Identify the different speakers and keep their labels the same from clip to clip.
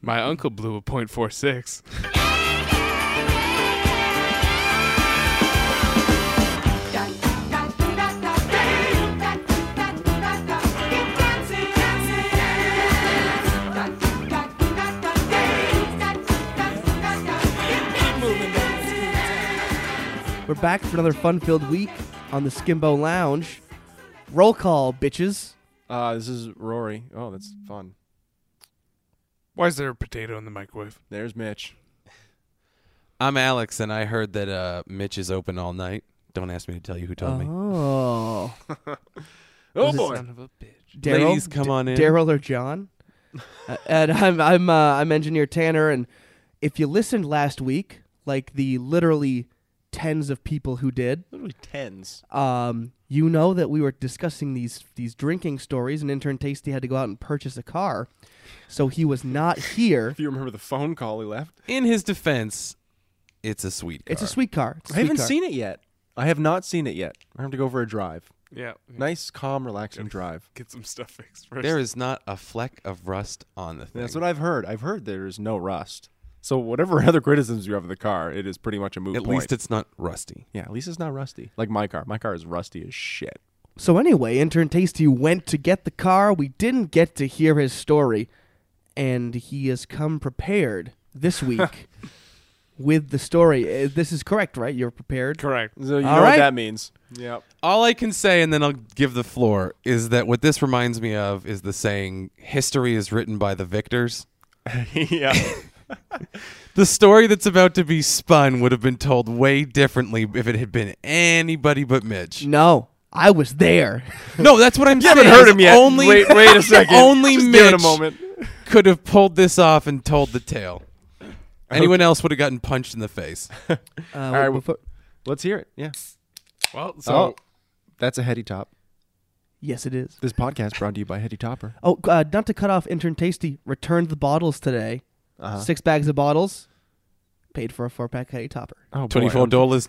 Speaker 1: My uncle blew a .46.
Speaker 2: We're back for another fun-filled week on the Skimbo Lounge. Roll call, bitches.
Speaker 3: Uh, this is Rory. Oh, that's fun.
Speaker 1: Why is there a potato in the microwave?
Speaker 3: There's Mitch.
Speaker 4: I'm Alex, and I heard that uh, Mitch is open all night. Don't ask me to tell you who told me.
Speaker 2: Oh,
Speaker 3: Oh
Speaker 2: This is-
Speaker 3: boy.
Speaker 1: Son of a bitch.
Speaker 2: Daryl,
Speaker 4: Ladies, come on in.
Speaker 2: Daryl or John. Uh, and I'm I'm uh, I'm engineer Tanner. And if you listened last week, like the literally tens of people who did,
Speaker 3: Literally tens.
Speaker 2: um, you know that we were discussing these these drinking stories, and intern Tasty had to go out and purchase a car, so he was not here.
Speaker 3: If you remember the phone call he left.
Speaker 4: In his defense, it's a sweet car.
Speaker 2: It's a sweet car. It's a
Speaker 3: I haven't
Speaker 2: sweet car.
Speaker 3: seen it yet. I have not seen it yet. I have to go for a drive.
Speaker 1: Yeah.
Speaker 3: Nice, calm, relaxing
Speaker 1: Good.
Speaker 3: drive.
Speaker 1: Get some stuff fixed first.
Speaker 4: There is not a fleck of rust on the thing.
Speaker 3: That's what I've heard. I've heard there is no rust. So whatever other criticisms you have of the car, it is pretty much a moot
Speaker 4: At
Speaker 3: point.
Speaker 4: least it's not rusty.
Speaker 3: yeah, at least it's not rusty. Like my car. My car is rusty as shit.
Speaker 2: So anyway, intern Tasty went to get the car. We didn't get to hear his story, and he has come prepared this week with the story. Uh, This is correct, right? You're prepared.
Speaker 1: Correct.
Speaker 3: So you
Speaker 2: All
Speaker 3: know
Speaker 2: right.
Speaker 3: what that means. Yep.
Speaker 4: All I can say, and then I'll give the floor, is that what this reminds me of is the saying, history is written by the victors.
Speaker 3: yeah.
Speaker 4: The story that's about to be spun would have been told way differently if it had been anybody but Mitch.
Speaker 2: No, I was there.
Speaker 4: No, that's what I'm saying.
Speaker 3: haven't heard
Speaker 4: is
Speaker 3: him yet.
Speaker 4: Only,
Speaker 3: wait, wait a second.
Speaker 4: Only
Speaker 3: Just
Speaker 4: Mitch
Speaker 3: Give it a moment.
Speaker 4: could have pulled this off and told the tale. Anyone else would have gotten punched in the face.
Speaker 2: Uh,
Speaker 3: right,
Speaker 2: wait, befo-
Speaker 3: Let's hear it. Yeah.
Speaker 1: Well, so
Speaker 3: oh, that's a heady top.
Speaker 2: yes, it is.
Speaker 3: This podcast brought to you by Heady Topper.
Speaker 2: Oh, uh, not to cut off intern Tasty. Returned the bottles today. Six bags of bottles. Paid for a four pack heady topper.
Speaker 3: Oh, boy.
Speaker 4: Twenty-four dollars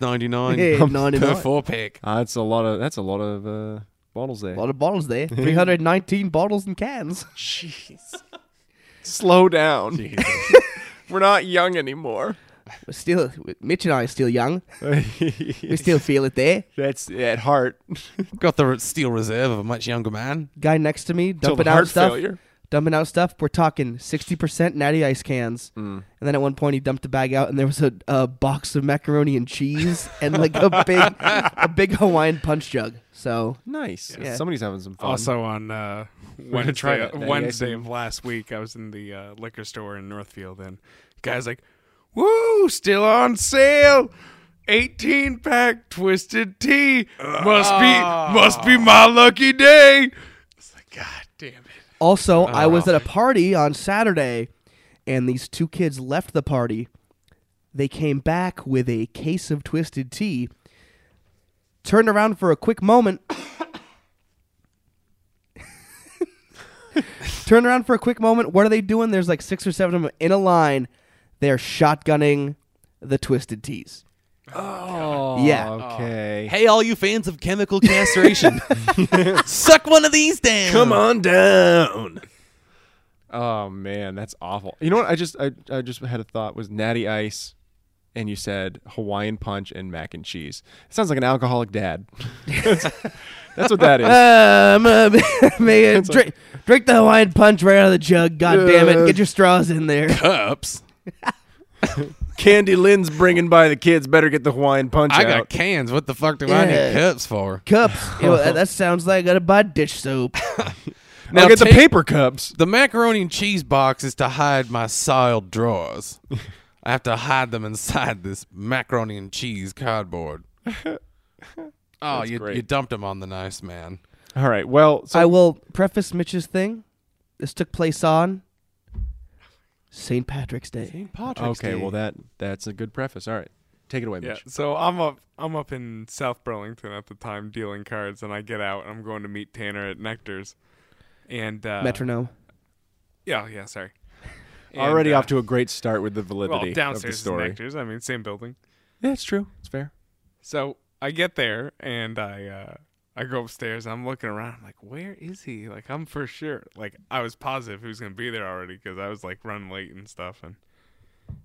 Speaker 4: ninety-nine
Speaker 2: Hey, nine
Speaker 4: per
Speaker 2: and
Speaker 4: four pack.
Speaker 3: Uh, that's a lot of. That's a lot of uh, bottles there.
Speaker 2: A lot of bottles there. 319 bottles and cans.
Speaker 3: Slow down. We're not young anymore.
Speaker 2: We're still, Mitch and I are still young. We still feel it there.
Speaker 3: that's at heart.
Speaker 4: Got the steel reserve of a much younger man.
Speaker 2: guy next to me
Speaker 3: Till
Speaker 2: dumping
Speaker 3: the
Speaker 2: out
Speaker 3: heart
Speaker 2: stuff.
Speaker 3: failure.
Speaker 2: Dumping out stuff. We're talking sixty percent natty ice cans,
Speaker 3: Mm.
Speaker 2: and then at one point he dumped a bag out, and there was a, a box of macaroni and cheese and like a big a big Hawaiian punch jug. So
Speaker 3: Nice.
Speaker 2: Yeah.
Speaker 3: Somebody's having some fun.
Speaker 1: also on uh,
Speaker 3: gonna try
Speaker 1: Wednesday,
Speaker 3: that. Yeah,
Speaker 1: Wednesday
Speaker 3: yeah,
Speaker 1: of last week, I was in the uh, liquor store in Northfield, and guys like, "Woo, still on sale." 18 pack twisted tea must be must be my lucky day. It's like god damn it.
Speaker 2: also I was at a party on Saturday, and these two kids left the party. They came back with a case of twisted tea. Turned around for a quick moment. Turn around for a quick moment. What are they doing? There's like six or seven of them in a line. They're shotgunning the twisted teas.
Speaker 3: Oh,
Speaker 2: Yeah.
Speaker 3: Okay.
Speaker 4: Hey, all you fans of chemical castration, suck one of these down.
Speaker 3: on down. Oh man, that's awful. You know what? I just I, I just had a thought was Natty Ice, and you said Hawaiian Punch and mac and cheese. It sounds like an alcoholic dad. that's what that is.
Speaker 2: Um, uh, man, drink, drink the Hawaiian punch right out of the jug. God damn it. Get your straws in there.
Speaker 4: Cups.
Speaker 3: Candy Lynn's bringing by the kids. Better get the Hawaiian Punch
Speaker 4: I
Speaker 3: out.
Speaker 4: got cans. What the fuck do I
Speaker 2: Yeah.
Speaker 4: need cups for?
Speaker 2: Cups. You know, that, that sounds like I gotta buy dish soap.
Speaker 3: I'll get the
Speaker 4: take-
Speaker 3: paper cups.
Speaker 4: The macaroni and cheese box is to hide my soiled drawers. I have to hide them inside this macaroni and cheese cardboard. Oh, you,
Speaker 3: great.
Speaker 4: you dumped them on the nice man.
Speaker 3: All right. Well, so
Speaker 2: I will preface Mitch's thing. This took place on St. Patrick's Day.
Speaker 3: okay. Well, that that's a good preface. All right, take it away,
Speaker 1: Yeah,
Speaker 3: Mitch.
Speaker 1: so I'm up I'm up in South Burlington at the time dealing cards and I get out and I'm going to meet Tanner at Nectar's. And uh
Speaker 2: Metronome.
Speaker 1: Yeah, yeah, sorry.
Speaker 3: Already
Speaker 1: And, uh,
Speaker 3: off to a great start with the
Speaker 1: well,
Speaker 3: validity of the
Speaker 1: downstairs is
Speaker 3: story.
Speaker 1: Nectar's. I mean, same building.
Speaker 3: Yeah, it's true. It's fair.
Speaker 1: So I get there and I uh, I go upstairs. I'm looking around. I'm like, where is he? Like, I'm for sure. Like, I was positive he was gonna be there already because I was like running late and stuff. And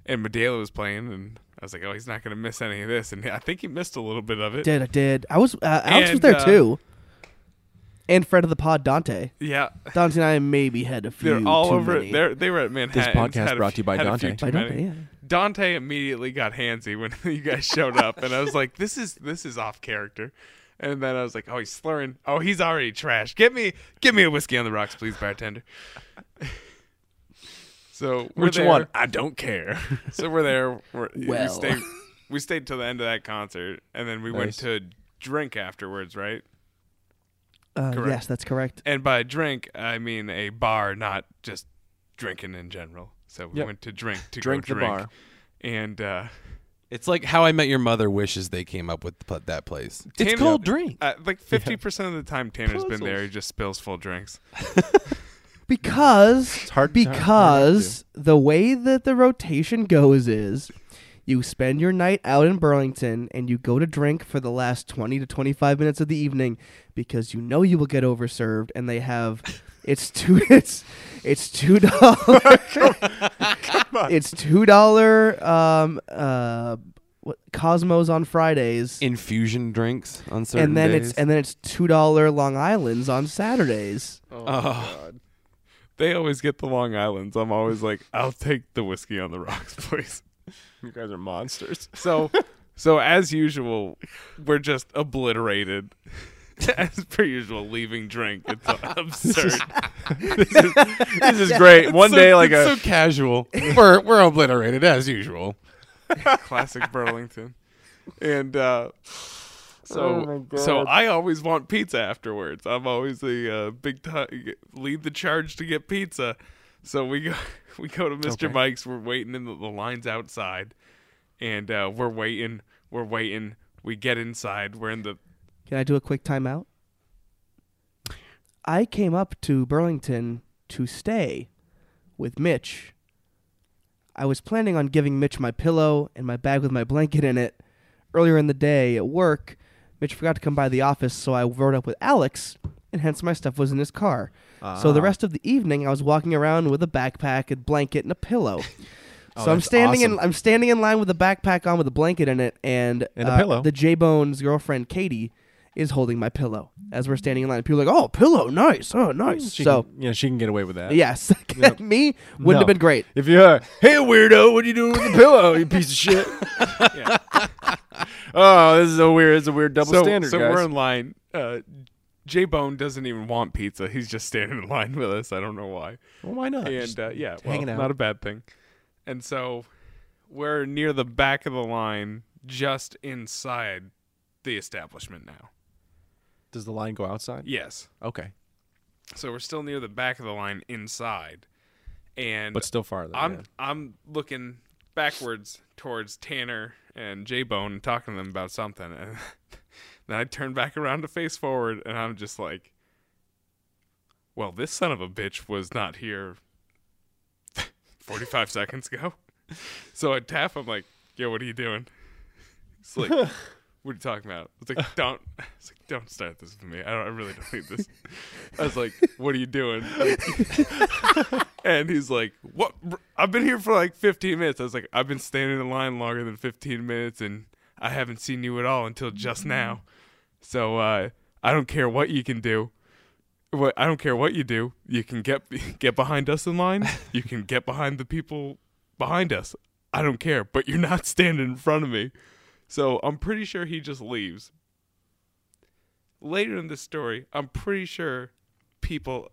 Speaker 1: and Medela was playing, and I was like, oh, he's not gonna miss any of this. And I think he missed a little bit of it.
Speaker 2: Did I did I was uh, Alex was
Speaker 1: And,
Speaker 2: there
Speaker 1: uh,
Speaker 2: too, and friend of the pod Dante.
Speaker 1: Yeah,
Speaker 2: Dante and I maybe had a few.
Speaker 1: they're all
Speaker 2: too
Speaker 1: over.
Speaker 2: many.
Speaker 1: They're, they were at Manhattan.
Speaker 3: podcast brought to you by Dante.
Speaker 2: By Dante, yeah.
Speaker 1: Dante immediately got handsy when you guys showed up, and I was like, "This is this is off character." And then I was like, "Oh, he's slurring. Oh, he's already trash. Get me, get me a whiskey on the rocks, please, bartender." so we're
Speaker 3: Which
Speaker 1: there.
Speaker 3: one?
Speaker 1: I don't care. so we're there. We're, we
Speaker 2: Well.
Speaker 1: stayed. We stayed till the end of that concert, and then we went
Speaker 3: Nice.
Speaker 1: to drink afterwards, right?
Speaker 2: Uh,
Speaker 1: correct.
Speaker 2: yes, that's correct.
Speaker 1: And by drink, I mean a bar, not just drinking in general. So we
Speaker 3: Yep.
Speaker 1: went to drink to
Speaker 3: Drink
Speaker 1: go
Speaker 3: the
Speaker 1: drink.
Speaker 3: bar.
Speaker 1: And uh,
Speaker 4: It's like how I Met Your Mother wishes they came up with the, pl- that place.
Speaker 1: Tanner-
Speaker 4: it's called drink.
Speaker 1: Uh, like fifty percent of the time Tanner's been there,
Speaker 3: Puzzles.
Speaker 1: he just spills full drinks.
Speaker 2: Because
Speaker 3: hard- hard- hard
Speaker 2: because the way that the rotation goes is you spend your night out in Burlington and you go to drink for the last 20 to 25 minutes of the evening because you know you will get overserved and they have it's two it's it's two dollar it's two dollar um uh what Cosmos on Fridays
Speaker 4: Infusion drinks on certain
Speaker 2: and then
Speaker 4: days.
Speaker 2: it's and then it's two dollar Long Island's on Saturdays.
Speaker 1: They always get the Long Island's. I'm always like, I'll take the whiskey on the rocks, please.
Speaker 3: You guys are monsters.
Speaker 1: So, so as usual, we're just obliterated. As per usual, leaving drink. It's absurd.
Speaker 3: this is great. One
Speaker 4: So-
Speaker 3: day, like a
Speaker 4: it's so casual. we're we're obliterated as usual.
Speaker 1: Classic Burlington. And uh, so, so I always want pizza afterwards. I'm always the uh, big time lead the charge to get pizza. So we go, we go to Mr. Mike's. We're waiting in the, the lines outside, and uh, we're waiting. We're waiting. We get inside. We're in the
Speaker 2: Can I do a quick timeout? I came up to Burlington to stay with Mitch. I was planning on giving Mitch my pillow and my bag with my blanket in it. Earlier in the day at work, Mitch forgot to come by the office, so I rode up with Alex, and hence my stuff was in his car. So
Speaker 3: Ah.
Speaker 2: the rest of the evening, I was walking around with a backpack, a blanket, and a pillow.
Speaker 3: Oh,
Speaker 2: so I'm
Speaker 4: that's
Speaker 2: standing in
Speaker 4: awesome.
Speaker 2: I'm standing in line with a backpack on with a blanket in it, and
Speaker 3: And a
Speaker 2: uh,
Speaker 3: pillow.
Speaker 2: The J Bone's girlfriend Katie is holding my pillow as we're standing in line. People are like, "Oh, pillow, nice,
Speaker 1: Mm,
Speaker 2: oh, nice."
Speaker 3: she
Speaker 2: so
Speaker 3: can, yeah, she can get away with that.
Speaker 2: yes, me wouldn't
Speaker 3: No.
Speaker 2: have been great.
Speaker 3: If you, uh, hey weirdo, what are you doing with the pillow? You piece of shit. oh, this is a weird. It's a weird double
Speaker 1: so,
Speaker 3: standard,
Speaker 1: so
Speaker 3: guys.
Speaker 1: we're in line. Uh, J Bone doesn't even want pizza. He's just standing in line with us. I don't know why.
Speaker 3: well, why not? Just-
Speaker 1: and uh, yeah, well,
Speaker 3: hanging out.
Speaker 1: not a bad thing. And so we're near the back of the line, just inside the establishment now.
Speaker 3: does the line go outside?
Speaker 1: Yes,
Speaker 3: Okay,
Speaker 1: so we're still near the back of the line inside, and
Speaker 3: but still farther.
Speaker 1: I'm
Speaker 3: yeah.
Speaker 1: I'm looking backwards towards Tanner and J Bone and talking to them about something, and then I turn back around to face forward, and I'm just like, "Well, this son of a bitch was not here 45 seconds ago." So I tap. I'm like, "Yo, what are you doing?" It's like, "What are you talking about?" It's like, "Don't." It's like, "Don't start this with me. I don't. I really don't need this." I was like, "What are you doing?" And he's like, "What? br- I've been here for like 15 minutes." I was like, "I've been standing in line longer than 15 minutes, and I haven't seen you at all until just now. So uh, I don't care what you can do. What I don't care what you do. You can get get behind us in line. You can get behind the people behind us. I don't care. But you're not standing in front of me. So I'm pretty sure he just leaves. Later in the story, I'm pretty sure people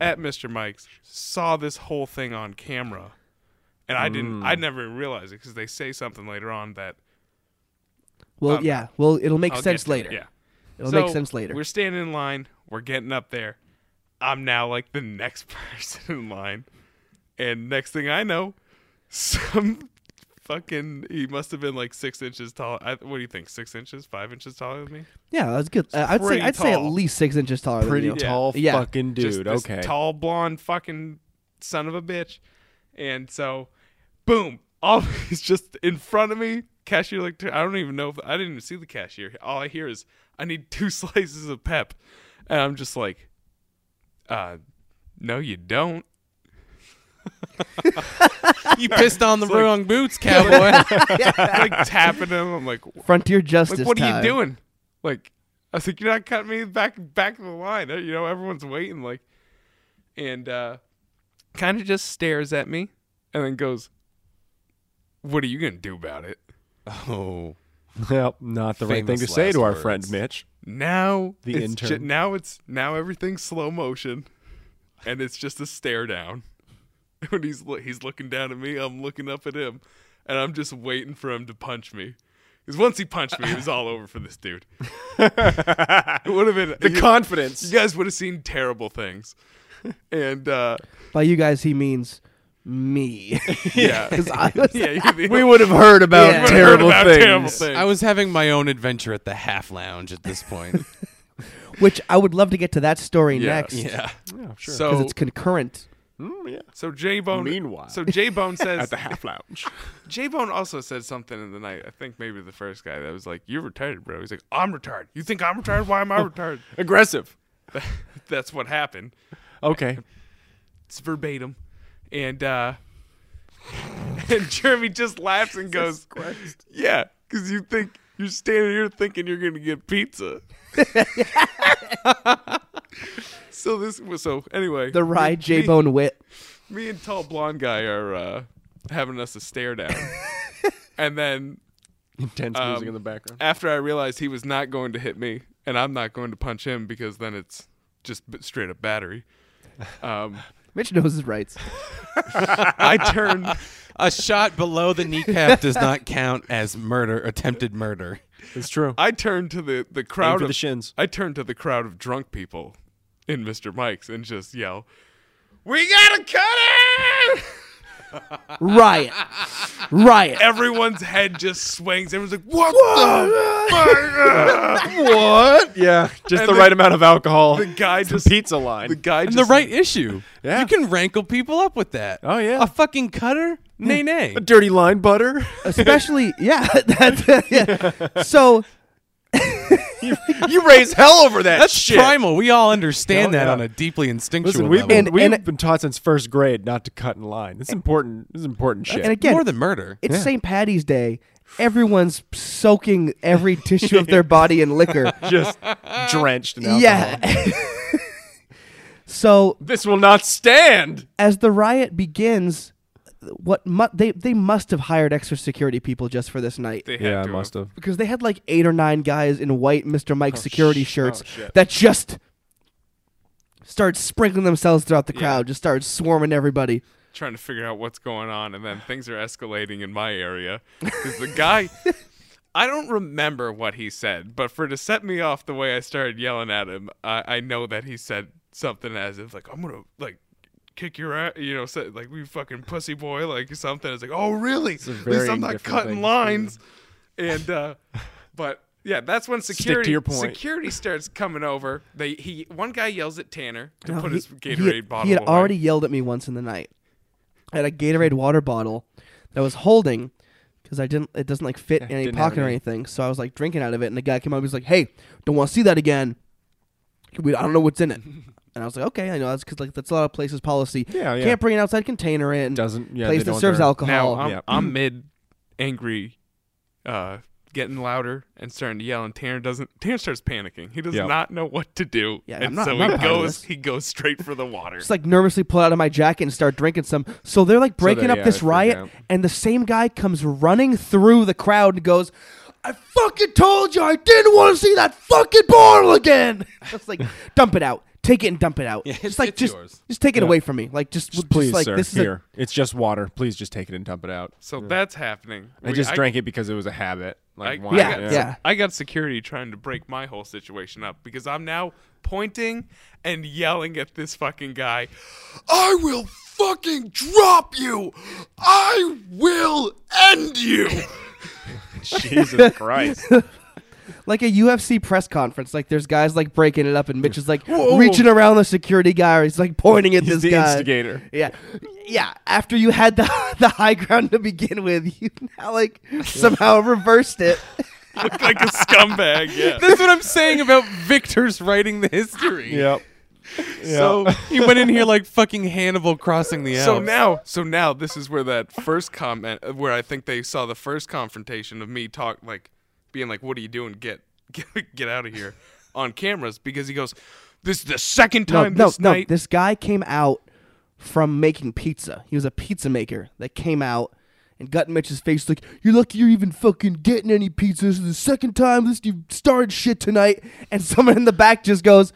Speaker 1: at Mr. Mike's saw this whole thing on camera, and I didn't. I never realized it because they say something later on that
Speaker 2: Well,
Speaker 1: Um,
Speaker 2: yeah, well, it'll make
Speaker 1: I'll
Speaker 2: sense
Speaker 1: get to it,
Speaker 2: later.
Speaker 1: Yeah,
Speaker 2: It'll
Speaker 1: So,
Speaker 2: make sense later.
Speaker 1: We're standing in line. We're getting up there. I'm now like the next person in line, and next thing I know, some fucking he must have been like six inches tall. I, what do you think? Six inches? Five inches taller than me?
Speaker 2: Yeah, that's good. Uh, I'd say
Speaker 1: pretty
Speaker 2: I'd say at
Speaker 1: tall.
Speaker 2: least six inches taller.
Speaker 3: pretty
Speaker 2: than you.
Speaker 3: tall
Speaker 2: Yeah.
Speaker 3: fucking dude.
Speaker 1: Just this
Speaker 3: okay,
Speaker 1: tall blonde fucking son of a bitch. And so, boom! All he's just in front of me. Cashier like I don't even know if I didn't even see the cashier. All I hear is I need two slices of pep. And I'm just like, uh, no, you don't.
Speaker 4: You pissed on the
Speaker 1: like-
Speaker 4: wrong boots, cowboy.
Speaker 1: like tapping him. I'm like,
Speaker 2: Frontier justice.
Speaker 1: like what are
Speaker 2: time.
Speaker 1: you doing? Like, I was like, you're not cutting me back back of the line. You know, everyone's waiting. Like, and uh, kind of just stares at me, and then goes, "What are you gonna do about it?"
Speaker 4: oh.
Speaker 3: Yep, not the right thing to
Speaker 4: Famous
Speaker 3: say
Speaker 4: last
Speaker 3: to our
Speaker 4: words.
Speaker 3: friend Mitch.
Speaker 1: Now
Speaker 3: The
Speaker 1: it's
Speaker 3: intern.
Speaker 1: ju- now it's now everything's slow motion, and it's just a stare down. When he's lo- he's looking down at me, I'm looking up at him, and I'm just waiting for him to punch me. Because once he punched me, it was all over for this dude. it would have been
Speaker 3: The
Speaker 1: you-
Speaker 3: confidence.
Speaker 1: You guys would have seen terrible things. And uh,
Speaker 2: By you guys, he means me.
Speaker 1: yeah,
Speaker 2: 'Cause I was-
Speaker 1: yeah, you're the-
Speaker 3: We would have heard about
Speaker 2: Yeah.
Speaker 1: you would've heard
Speaker 3: terrible
Speaker 1: about
Speaker 3: things.
Speaker 1: terrible things.
Speaker 4: I was having my own adventure at the half lounge at this point.
Speaker 2: Which I would love to get to that story
Speaker 1: Yeah.
Speaker 2: next.
Speaker 4: yeah.
Speaker 3: Yeah, sure.
Speaker 2: Because
Speaker 1: so
Speaker 2: it's concurrent.
Speaker 3: Mm, yeah.
Speaker 1: so J Bone.
Speaker 3: Meanwhile.
Speaker 1: so J Bone says
Speaker 3: At the half lounge.
Speaker 1: J Bone also said something in the night. I think maybe the first guy that was like, "You're retarded, bro." He's like, "I'm retarded. You think I'm retarded? Why am
Speaker 3: Oh.
Speaker 1: I retarded?"
Speaker 3: Aggressive.
Speaker 1: That's what happened.
Speaker 3: Okay.
Speaker 1: It's verbatim, and uh, and Jeremy just laughs and goes, "Yeah, because you think you're standing here thinking you're gonna get pizza." so this was so anyway.
Speaker 2: The
Speaker 1: me-
Speaker 2: Rye J
Speaker 1: me-
Speaker 2: Bone Wit.
Speaker 1: me and tall blonde guy are uh, having us a stare down, and then
Speaker 3: Intense music
Speaker 1: Um,
Speaker 3: in the background.
Speaker 1: after I realized he was not going to hit me, and I'm not going to punch him because then it's just b- straight up battery. Um,
Speaker 2: Mitch knows his rights.
Speaker 1: I turn,
Speaker 4: A shot below the kneecap does not count as murder, attempted murder.
Speaker 3: It's true.
Speaker 1: I turn to the the
Speaker 3: Aim
Speaker 1: crowd
Speaker 3: for
Speaker 1: of
Speaker 3: the shins.
Speaker 1: I turn to the crowd of drunk people in Mr. Mike's and just yell, "We gotta cut it!"
Speaker 2: Riot. Riot.
Speaker 1: Everyone's head just swings. Everyone's like, "What the fuck?"
Speaker 3: What? Oh Yeah, just
Speaker 1: And
Speaker 3: the
Speaker 1: the-
Speaker 3: right amount of alcohol.
Speaker 1: the guy
Speaker 3: It's
Speaker 1: just
Speaker 3: a pizza line.
Speaker 1: The guy
Speaker 4: And
Speaker 1: just
Speaker 4: the right issue.
Speaker 3: Yeah.
Speaker 4: You can rankle people up with that.
Speaker 3: Oh, yeah.
Speaker 4: A fucking cutter? Nay, nay.
Speaker 3: a dirty line butter.
Speaker 2: Especially, yeah. That's, yeah. So
Speaker 3: you raise hell over that
Speaker 4: That's
Speaker 3: shit.
Speaker 4: primal. We all
Speaker 3: Hell
Speaker 4: understand that
Speaker 3: yeah.
Speaker 4: on a deeply instinctual
Speaker 3: Listen, we've
Speaker 4: level.
Speaker 3: been,
Speaker 2: And-
Speaker 3: we've
Speaker 2: and-
Speaker 3: been taught since first grade not to cut in line. This is important. This is important shit.
Speaker 2: And again,
Speaker 4: More than murder.
Speaker 2: it's St. Patty's Day. Everyone's soaking every tissue of their body in liquor.
Speaker 3: just drenched in alcohol.
Speaker 2: yeah. so
Speaker 3: This will not stand.
Speaker 2: as the riot begins, what mu- they they must have hired extra security people just for this night
Speaker 1: They had
Speaker 3: Yeah, I
Speaker 1: to
Speaker 3: must have.
Speaker 2: because they had like eight or nine guys in white Mr. Mike security shirts
Speaker 3: oh, shit.
Speaker 2: that just started sprinkling themselves throughout the crowd, just started swarming everybody.
Speaker 1: trying to figure out what's going on, and then things are escalating in my area because the guy. I don't remember what he said, but for to set me off the way I started yelling at him, I, I know that he said something as if like I'm gonna like kick your ass, you know, said, like we fucking pussy boy, like something. It's like, oh really? At
Speaker 3: very
Speaker 1: least I'm not
Speaker 3: different
Speaker 1: cutting
Speaker 3: thing.
Speaker 1: lines. And uh, but yeah, that's when security
Speaker 3: your point.
Speaker 1: security starts coming over. They he one guy yells at Tanner to
Speaker 2: No,
Speaker 1: put
Speaker 2: he-
Speaker 1: his
Speaker 2: he
Speaker 1: Gatorade
Speaker 2: had-
Speaker 1: bottle.
Speaker 2: He had
Speaker 1: away.
Speaker 2: already yelled at me once in the night. I had a Gatorade water bottle that I was holding because I didn't. It doesn't like fit in any
Speaker 3: didn't have
Speaker 2: pocket or
Speaker 3: any.
Speaker 2: anything. So I was like drinking out of it, and the guy came up. He was like, "Hey, don't want to see that again. We, I don't know what's in it." and I was like, "Okay, I know that's because like that's a lot of places policy.
Speaker 3: Yeah, yeah.
Speaker 2: Can't bring an outside container in.
Speaker 3: Doesn't- yeah,
Speaker 2: place
Speaker 3: they
Speaker 2: that
Speaker 3: don't
Speaker 2: serves
Speaker 3: there.
Speaker 2: alcohol.
Speaker 1: Now I'm,
Speaker 3: Yeah.
Speaker 1: I'm mid angry, uh, getting louder and starting to yell, and Tanner doesn't. Tanner starts panicking. He does
Speaker 3: Yeah.
Speaker 1: not know what to do,
Speaker 2: Yeah,
Speaker 1: and
Speaker 2: I'm not-
Speaker 1: so
Speaker 2: I'm not
Speaker 1: he
Speaker 2: part of
Speaker 1: goes.
Speaker 2: this.
Speaker 1: He goes straight for the water.
Speaker 2: just like nervously pull out of my jacket and start drinking some. So they're like breaking
Speaker 3: they-
Speaker 2: up
Speaker 3: yeah, they
Speaker 2: this
Speaker 3: freak
Speaker 2: riot,
Speaker 3: out.
Speaker 2: and the same guy comes running through the crowd and goes, "I fucking told you I didn't want to see that fucking bottle again." It's like dump it out, take it and dump it out.
Speaker 4: Yeah,
Speaker 2: just like
Speaker 4: it's
Speaker 2: just
Speaker 4: yours.
Speaker 2: just take it away from me. Like just,
Speaker 3: Just
Speaker 2: just
Speaker 3: please,
Speaker 2: like
Speaker 3: sir.
Speaker 2: this is a-
Speaker 3: here. it's just water. Please just take it and dump it out.
Speaker 1: so that's happening.
Speaker 3: I
Speaker 1: We-
Speaker 3: just
Speaker 1: I,
Speaker 3: drank it because it was a habit. Like,
Speaker 1: I-
Speaker 3: why
Speaker 2: yeah,
Speaker 1: I
Speaker 2: yeah.
Speaker 1: got- I got security trying to break my whole situation up because I'm now pointing and yelling at this fucking guy. I will fucking drop you. I will end you.
Speaker 3: Jesus Christ.
Speaker 2: Like a UFC press conference. Like there's guys like breaking it up, and Mitch is like reaching around the security guy, or he's like pointing at this
Speaker 3: the
Speaker 2: guy.
Speaker 3: instigator.
Speaker 2: Yeah, yeah. After you had the the high ground to begin with, you now like somehow reversed it.
Speaker 1: Look like a scumbag. Yeah.
Speaker 4: That's what I'm saying about Victor's writing the history.
Speaker 3: Yep.
Speaker 4: So he went in here like fucking Hannibal crossing the Alps.
Speaker 1: So now, so now this is where that first comment, uh, where I think they saw the first confrontation of me talk, like being like, "What are you doing? Get, get, get out of here!" on cameras because he goes, "This is the second
Speaker 2: No,
Speaker 1: time
Speaker 2: no,
Speaker 1: this
Speaker 2: no.
Speaker 1: night."
Speaker 2: This guy came out from making pizza. He was a pizza maker that came out and got in Mitch's face like, "You're lucky you're even fucking getting any pizza. This is the second time this you started shit tonight." And someone in the back just goes,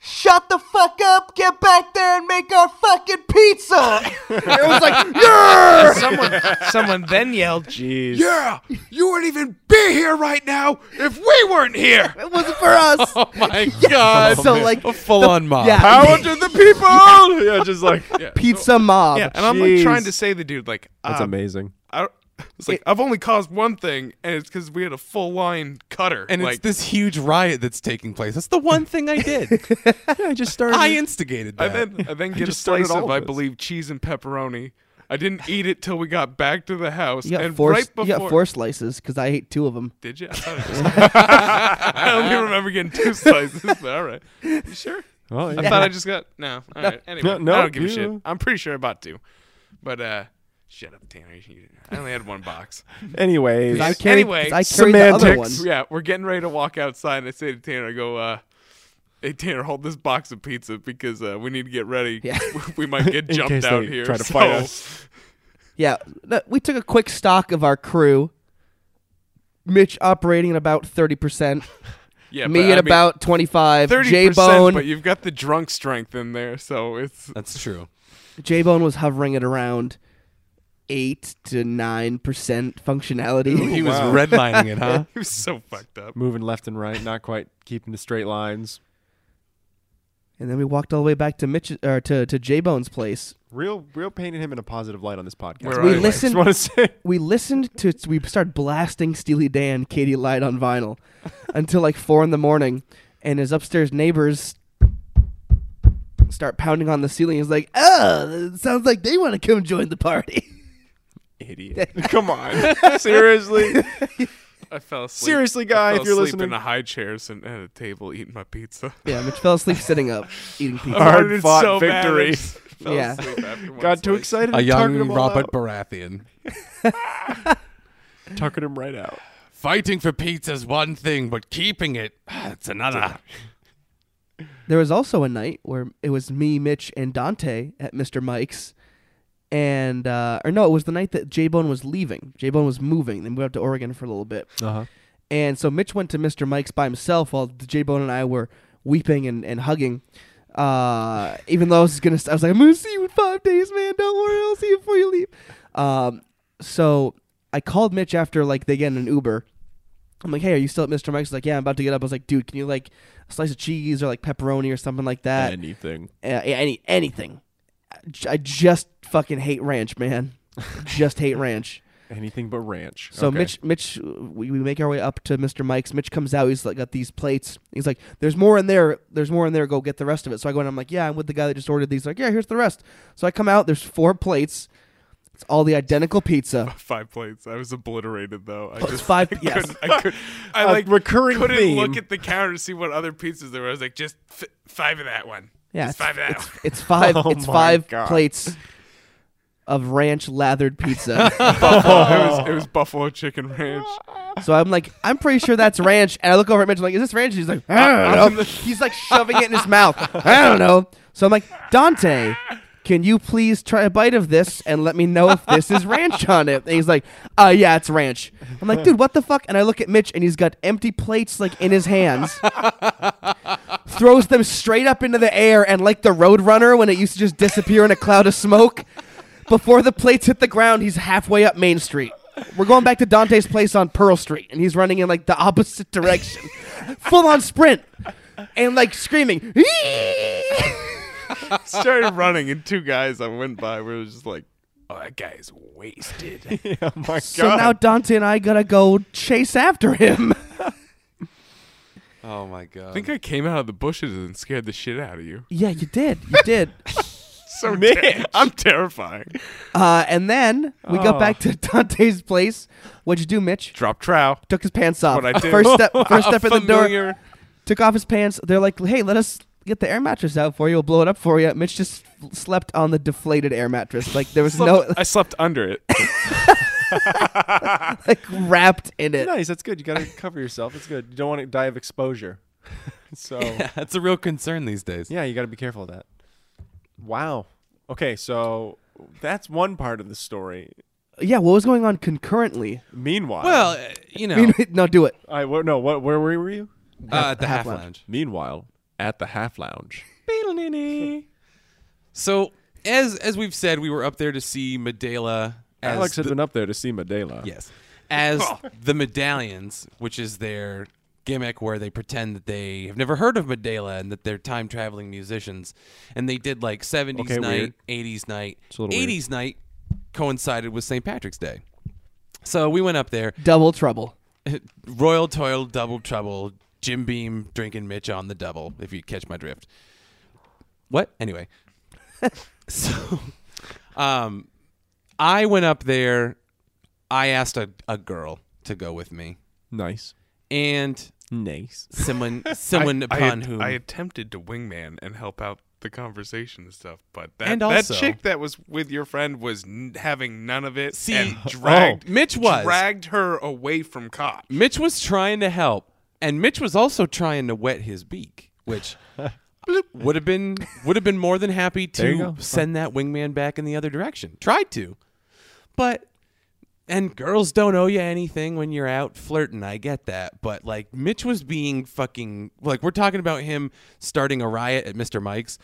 Speaker 2: "Shut the fuck up! Get back there and make our fucking pizza." it was like, "Yeah!"
Speaker 1: someone, someone then yelled,
Speaker 3: Jeez.
Speaker 1: "Yeah, you wouldn't even be here right now if we weren't here."
Speaker 2: It wasn't for us.
Speaker 4: oh my god.
Speaker 2: so like
Speaker 4: a full on mob.
Speaker 2: yeah.
Speaker 3: Power to the people. yeah, just like
Speaker 1: Yeah.
Speaker 2: pizza mob.
Speaker 1: Yeah, and I'm like trying
Speaker 3: Jeez.
Speaker 1: to say to the dude like,
Speaker 3: that's
Speaker 1: uh,
Speaker 3: amazing.
Speaker 1: I don't- it's like I've only caused one thing, and it's because we had a full line cutter.
Speaker 4: And
Speaker 1: like,
Speaker 4: it's this huge riot that's taking place. That's the one thing I did.
Speaker 3: I just started.
Speaker 4: I instigated
Speaker 1: I
Speaker 4: that.
Speaker 1: then I then get a
Speaker 3: just started
Speaker 1: slice
Speaker 3: all
Speaker 1: of
Speaker 3: of
Speaker 1: I
Speaker 3: this.
Speaker 1: believe cheese and pepperoni. I didn't eat it till we got back to the house,
Speaker 2: You got
Speaker 1: and
Speaker 2: four,
Speaker 1: right before
Speaker 2: you got four slices because I ate two of them.
Speaker 1: did you? I, thought it was- I only remember getting two slices, but all right. You sure?
Speaker 3: well,
Speaker 1: I
Speaker 3: yeah.
Speaker 1: thought I just got no. All right. Anyway,
Speaker 3: no,
Speaker 1: I don't give a
Speaker 3: you-
Speaker 1: shit. I'm pretty sure I bought two, but uh, shut up, Tanner. You- I only had one box.
Speaker 3: Anyways,
Speaker 2: 'Cause I carried,
Speaker 1: Anyway,
Speaker 2: 'cause I carried the other one.
Speaker 3: semantics.
Speaker 1: yeah, we're getting ready to walk outside, and I say to Tanner, I go, uh, "Hey, Tanner, hold this box of pizza because uh, we need to get ready.
Speaker 2: Yeah.
Speaker 1: we might get
Speaker 3: In
Speaker 1: jumped
Speaker 3: case
Speaker 1: out
Speaker 3: they
Speaker 1: here.
Speaker 3: try to
Speaker 1: So-
Speaker 3: fight us.
Speaker 2: Yeah, no, we took a quick stock of our crew. Mitch operating at about thirty percent,
Speaker 1: Yeah,
Speaker 2: me
Speaker 1: but,
Speaker 2: at
Speaker 1: I mean,
Speaker 2: about twenty five. J
Speaker 1: 30%, but
Speaker 2: Bone,
Speaker 1: you've got the drunk strength in there, so it's
Speaker 4: That's true.
Speaker 1: Oh,
Speaker 2: J Bone was hovering at around eight to nine percent functionality.
Speaker 4: He was
Speaker 3: wow.
Speaker 4: redlining it, huh?
Speaker 1: it was so fucked up.
Speaker 3: moving left and right, not quite keeping the straight lines.
Speaker 2: and then we walked all the way back to Mitch or to to J Bone's place.
Speaker 3: Real, real painting him in a positive light on this podcast.
Speaker 1: Where
Speaker 3: by
Speaker 1: are
Speaker 3: the
Speaker 1: you?
Speaker 3: way.
Speaker 2: Listen-
Speaker 3: Just want to say,
Speaker 2: We listened to we started blasting Steely Dan, Katie Light on vinyl, until like four in the morning, and his upstairs neighbors start pounding on the ceiling. He's like, "Oh, it sounds like they want to come join the party."
Speaker 3: idiot. Come on, seriously,
Speaker 1: I fell asleep.
Speaker 3: seriously, guy,
Speaker 1: I fell
Speaker 3: if you're
Speaker 1: asleep
Speaker 3: listening,
Speaker 1: in a high chair sitting at a table eating my pizza.
Speaker 2: Yeah, Mitch fell asleep sitting up, eating pizza.
Speaker 3: Hard
Speaker 1: Wanted
Speaker 3: fought
Speaker 1: so bad, I
Speaker 3: victory.
Speaker 1: just fell
Speaker 2: Yeah.
Speaker 1: asleep after one
Speaker 3: got too
Speaker 1: slice.
Speaker 3: excited.
Speaker 4: A
Speaker 3: and tuckered
Speaker 4: young
Speaker 3: him all
Speaker 4: Robert
Speaker 3: out.
Speaker 4: Baratheon.
Speaker 3: tuckered him right out.
Speaker 4: Fighting for pizza's one thing, but keeping it, it's another.
Speaker 2: There was also a night where it was me, Mitch, and Dante at Mr. Mike's. And, uh, or no, it was the night that J Bone was leaving. J Bone was moving. They moved up to Oregon for a little bit.
Speaker 3: Uh-huh.
Speaker 2: And so Mitch went to Mr. Mike's by himself while J Bone and I were weeping and, and hugging. Uh, even though I was gonna, I was like, I'm gonna see you in five days, man. Don't worry, I'll see you before you leave. Um, so I called Mitch after like they get in an Uber. I'm like, hey, are you still at Mr. Mike's? He's like, yeah, I'm about to get up. I was like, dude, can you like a slice of cheese or like pepperoni or something like that?
Speaker 3: Anything.
Speaker 2: uh, any anything. I j- I just fucking hate ranch, man. just hate ranch.
Speaker 3: Anything but ranch.
Speaker 2: So
Speaker 3: Okay.
Speaker 2: Mitch, Mitch, we, we make our way up to Mr. Mike's. Mitch comes out. He's like got these plates. He's like, "There's more in there. There's more in there. Go get the rest of it." So I go and I'm like, "Yeah, I'm with the guy that just ordered these." Like, "Yeah, here's the rest." So I come out. There's four plates. It's all the identical pizza.
Speaker 1: five plates. I was obliterated though. I
Speaker 2: It's
Speaker 1: just
Speaker 2: five.
Speaker 1: I
Speaker 2: Yes.
Speaker 1: couldn't, I, could, I
Speaker 3: A
Speaker 1: like
Speaker 3: recurring
Speaker 1: couldn't
Speaker 3: theme.
Speaker 1: look at the counter to see what other pizzas there were. I was like, just f- five of that one.
Speaker 2: Yeah.
Speaker 1: just
Speaker 2: It's,
Speaker 1: five of that
Speaker 2: it's,
Speaker 1: one.
Speaker 2: it's five.
Speaker 3: Oh
Speaker 2: it's
Speaker 3: my
Speaker 2: five
Speaker 3: God.
Speaker 2: plates of ranch lathered pizza.
Speaker 1: Buffalo- it was it was buffalo chicken ranch.
Speaker 2: So I'm like, I'm pretty sure that's ranch. And I look over at Mitch, I'm like, is this ranch? He's like, I don't know. He's like shoving it in his mouth. I don't know. So I'm like, Dante, can you please try a bite of this and let me know if this is ranch on it? And he's like, uh, yeah, it's ranch. I'm like, dude, what the fuck? And I look at Mitch and he's got empty plates like in his hands, throws them straight up into the air and like the Roadrunner when it used to just disappear in a cloud of smoke. Before the plates hit the ground, he's halfway up Main Street. We're going back to Dante's place on Pearl Street, and he's running in like the opposite direction, full on sprint, and like screaming.
Speaker 1: Started running, and two guys I went by were just like, "Oh, that guy's wasted."
Speaker 3: oh my
Speaker 2: so
Speaker 3: god.
Speaker 2: now Dante and I gotta go chase after him.
Speaker 4: Oh my god. Oh
Speaker 1: I think I came out of the bushes and scared the shit out of you.
Speaker 2: yeah, you did. You did.
Speaker 1: so ter- I'm terrifying.
Speaker 2: Uh, and then we got back to Dante's place. What'd you do, Mitch?
Speaker 1: Drop trow.
Speaker 2: Took his pants off.
Speaker 1: What I did.
Speaker 2: First step, first step in the door.
Speaker 4: Familiar.
Speaker 2: Took off his pants. They're like, "Hey, let us get the air mattress out for you. We'll blow it up for you." Mitch just slept on the deflated air mattress. Like there was no
Speaker 1: Slept- I slept under it.
Speaker 2: like wrapped in it.
Speaker 3: Nice. That's good. You got to cover yourself. That's good. You don't want to die of exposure. so
Speaker 4: Yeah, that's a real concern these days.
Speaker 3: yeah, you got to be careful of that. Wow. Okay, so that's one part of the story.
Speaker 2: Yeah, what was going on concurrently?
Speaker 3: Meanwhile,
Speaker 4: Well, uh, you know,
Speaker 2: I mean, no, do it.
Speaker 3: I wha- no. What? Where were you?
Speaker 4: uh, at the
Speaker 2: Half
Speaker 4: half lounge.
Speaker 3: Meanwhile, at the half lounge.
Speaker 4: So as as we've said, we were up there to see Medela. As
Speaker 3: Alex had
Speaker 4: the,
Speaker 3: been up there to see Medela.
Speaker 4: yes, as the medallions, which is their gimmick where they pretend that they have never heard of Medela and that they're time traveling musicians, and they did like seventies
Speaker 3: Okay, weird.
Speaker 4: night, eighties night,
Speaker 3: a little weird.
Speaker 4: eighties night coincided with St. Patrick's Day. So we went up there.
Speaker 2: Double trouble.
Speaker 4: Royal Toil Double Trouble, Jim Beam drinking Mitch on the double, if you catch my drift. What? Anyway. so um I went up there, I asked a, a girl to go with me.
Speaker 3: Nice.
Speaker 4: And
Speaker 3: Nice.
Speaker 4: someone someone
Speaker 1: I,
Speaker 4: upon
Speaker 1: I,
Speaker 4: whom
Speaker 1: I attempted to wingman and help out the conversation and stuff, but that,
Speaker 4: And
Speaker 1: that
Speaker 4: also-
Speaker 1: chick that was with your friend was n- having none of it
Speaker 4: See-
Speaker 1: and
Speaker 4: Oh.
Speaker 1: dragged
Speaker 4: Mitch was.
Speaker 1: dragged her away from cop.
Speaker 4: Mitch was trying to help, and Mitch was also trying to wet his beak, which bloop, would have been would have been more than happy
Speaker 3: There you
Speaker 4: to
Speaker 3: go.
Speaker 4: send that wingman back in the other direction. Tried to, but and girls don't owe you anything when you're out flirting. I get that, but like Mitch was being fucking like we're talking about him starting a riot at Mr. Mike's.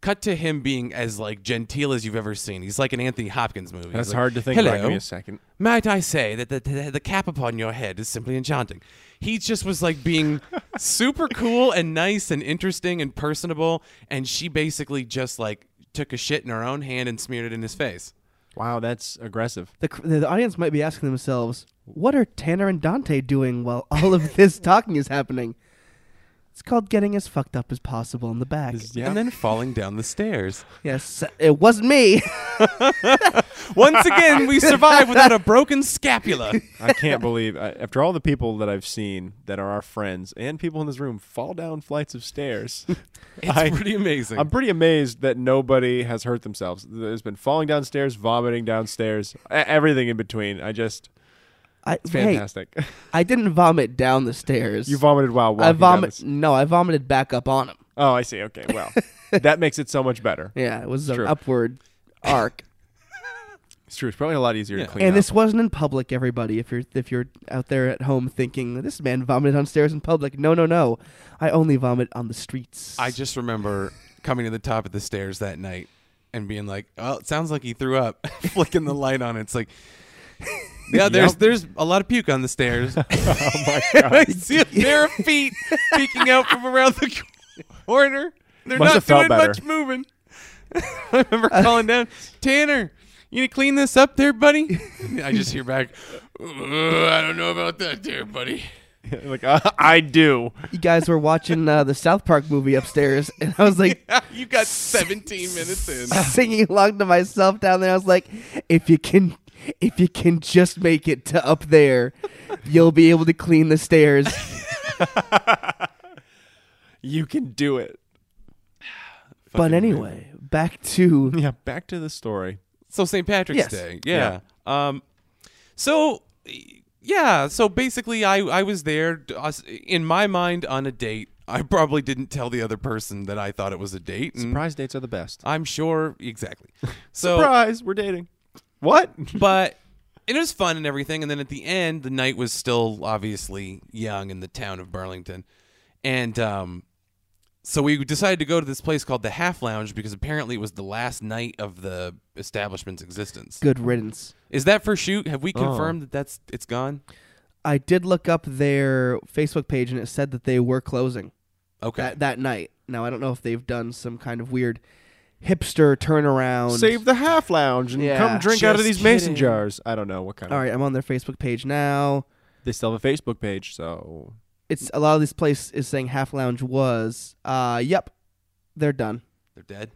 Speaker 4: Cut to him being as like genteel as you've ever seen. He's like an Anthony Hopkins movie.
Speaker 3: That's
Speaker 4: He's like,
Speaker 3: hard to think
Speaker 4: Hello.
Speaker 3: about. Give me a second.
Speaker 4: Might I say that the, the, the cap upon your head is simply enchanting. He just was like being super cool and nice and interesting and personable, and she basically just like took a shit in her own hand and smeared it in his face.
Speaker 3: Wow, that's aggressive.
Speaker 2: The, cr- the audience might be asking themselves, what are Tanner and Dante doing while all of this talking is happening? It's called getting as fucked up as possible in the back.
Speaker 3: Yeah.
Speaker 4: And then falling down the stairs.
Speaker 2: Yes, it wasn't me.
Speaker 4: Once again, we survive without a broken scapula.
Speaker 3: I can't believe I, after all the people that I've seen that are our friends and people in this room fall down flights of stairs.
Speaker 4: It's pretty amazing.
Speaker 3: I'm pretty amazed that nobody has hurt themselves. There's been falling downstairs, vomiting downstairs, e- everything in between. I just
Speaker 2: I, hey,
Speaker 3: fantastic.
Speaker 2: I didn't vomit down the stairs.
Speaker 3: you vomited while walking.
Speaker 2: I
Speaker 3: down
Speaker 2: vomit.
Speaker 3: this-
Speaker 2: No, I vomited back up on him.
Speaker 3: Oh, I see. Okay, well, that makes it so much better.
Speaker 2: Yeah, it was an
Speaker 3: True.
Speaker 2: upward arc.
Speaker 3: It's true. It's probably a lot easier
Speaker 4: Yeah.
Speaker 3: to clean
Speaker 2: and
Speaker 3: up.
Speaker 2: this wasn't in public, everybody. If you're if you're out there at home thinking this man vomited on stairs in public, no, no, no. I only vomit on the streets.
Speaker 4: I just remember coming to the top of the stairs that night and being like, "Oh, it sounds like he threw up." Flicking the light on, it's like, "Yeah, there's
Speaker 3: Yup.
Speaker 4: there's a lot of puke on the stairs."
Speaker 3: oh my god!
Speaker 4: I see a pair of feet peeking out from around the corner. They're
Speaker 3: Must
Speaker 4: not
Speaker 3: have felt
Speaker 4: doing
Speaker 3: better.
Speaker 4: much moving. I remember calling down, Tanner, you need to clean this up there, buddy? I just hear back, "Uh, I don't know about that there, buddy.
Speaker 3: like uh, I do.
Speaker 2: you guys were watching uh, the South Park movie upstairs, and I was like
Speaker 4: you got 17 minutes in.
Speaker 2: singing along to myself down there. I was like, if you can, if you can just make it to up there, you'll be able to clean the stairs.
Speaker 3: You can do it.
Speaker 2: but anyway, back to
Speaker 3: Yeah. Back to the story.
Speaker 4: So St. Patrick's
Speaker 2: Yes.
Speaker 4: Day. Yeah. Um so yeah, so basically I I was there d- us- in my mind on a date. I probably didn't tell the other person that I thought it was a date.
Speaker 2: Mm.
Speaker 4: and
Speaker 3: Surprise dates are the best.
Speaker 4: I'm sure exactly. So
Speaker 3: Surprise, we're dating. What?
Speaker 4: but it was fun and everything. And then at the end, the night was still obviously young in the town of Burlington, and um, so we decided to go to this place called the Half Lounge because apparently it was the last night of the establishment's existence.
Speaker 2: good Oh. riddance.
Speaker 4: Is that for shoot? Have we confirmed that that's it's gone?
Speaker 2: I did look up their Facebook page, and it said that they were closing.
Speaker 4: Okay.
Speaker 2: that, that night. Now I don't know if they've done some kind of weird hipster turnaround.
Speaker 3: Save the half lounge and
Speaker 2: Yeah.
Speaker 3: come drink out of
Speaker 4: Just
Speaker 3: these mason
Speaker 4: kidding.
Speaker 3: jars. I don't know what kind
Speaker 2: All
Speaker 3: of.
Speaker 2: right, I'm on their Facebook page now.
Speaker 3: They still have a Facebook page, so
Speaker 2: It's a lot of this place is saying Half Lounge was. Uh, yep, they're done.
Speaker 4: They're dead.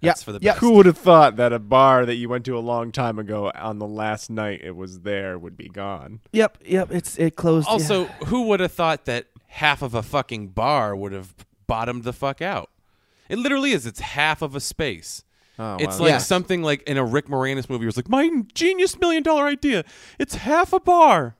Speaker 2: Yeah,
Speaker 4: That's for the
Speaker 2: yeah.
Speaker 4: best.
Speaker 3: Who would have thought that a bar that you went to a long time ago on the last night it was there would be gone?
Speaker 2: Yep, yep. It's it closed. yeah.
Speaker 4: Also, who would have thought that half of a fucking bar would have bottomed the fuck out? It literally is. It's half of a space.
Speaker 3: Oh,
Speaker 4: it's
Speaker 3: wow.
Speaker 4: like
Speaker 2: Yeah.
Speaker 4: something like in a Rick Moranis movie. Where it's like my genius million dollar idea. It's half a bar.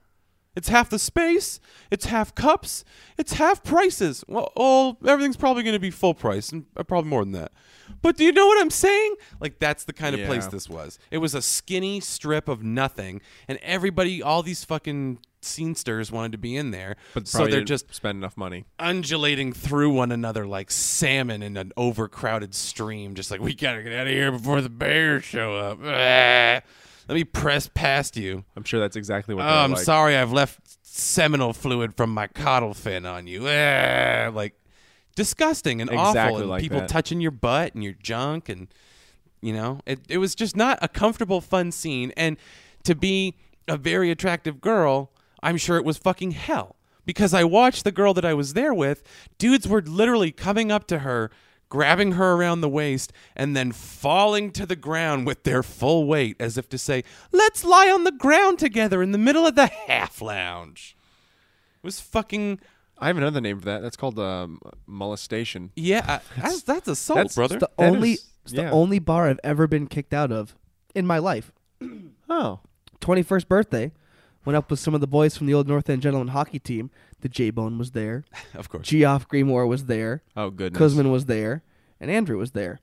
Speaker 4: It's half the space. It's half cups. It's half prices. Well, all everything's probably going to be full price and uh, probably more than that. But do you know what I'm saying? Like that's the kind of
Speaker 3: Yeah.
Speaker 4: place this was. It was a skinny strip of nothing, and everybody, all these fucking scenesters wanted to be in there.
Speaker 3: But
Speaker 4: so they're just
Speaker 3: spend enough money.
Speaker 4: undulating through one another like salmon in an overcrowded stream. Just like we gotta get out of here before the bears show up. Ah, Let me press past you.
Speaker 3: I'm sure that's exactly what.
Speaker 4: Oh,
Speaker 3: they're
Speaker 4: I'm
Speaker 3: like.
Speaker 4: sorry, I've left seminal fluid from my caudal fin on you. Ah, Like disgusting and awful,
Speaker 3: Exactly
Speaker 4: and
Speaker 3: like
Speaker 4: people
Speaker 3: that.
Speaker 4: touching your butt and your junk, and you know, it it was just not a comfortable, fun scene. And to be a very attractive girl, I'm sure it was fucking hell because I watched the girl that I was there with. Dudes were literally coming up to her. Grabbing her around the waist and then falling to the ground with their full weight as if to say, Let's lie on the ground together in the middle of the half lounge. It was fucking
Speaker 3: I have another name for that. That's called um, molestation.
Speaker 4: yeah, I, that's, that's assault,
Speaker 3: that's
Speaker 4: brother.
Speaker 2: it's the
Speaker 3: That
Speaker 2: only
Speaker 3: is-
Speaker 2: it's
Speaker 3: yeah.
Speaker 2: the only bar I've ever been kicked out of in my life.
Speaker 3: Oh,
Speaker 2: 21st birthday, went up with some of the boys from the old North End Gentlemen hockey team. The J Bone was there.
Speaker 4: of course.
Speaker 2: Geoff Greenmore was there.
Speaker 3: oh goodness.
Speaker 2: Kuzman was there, and Andrew was there,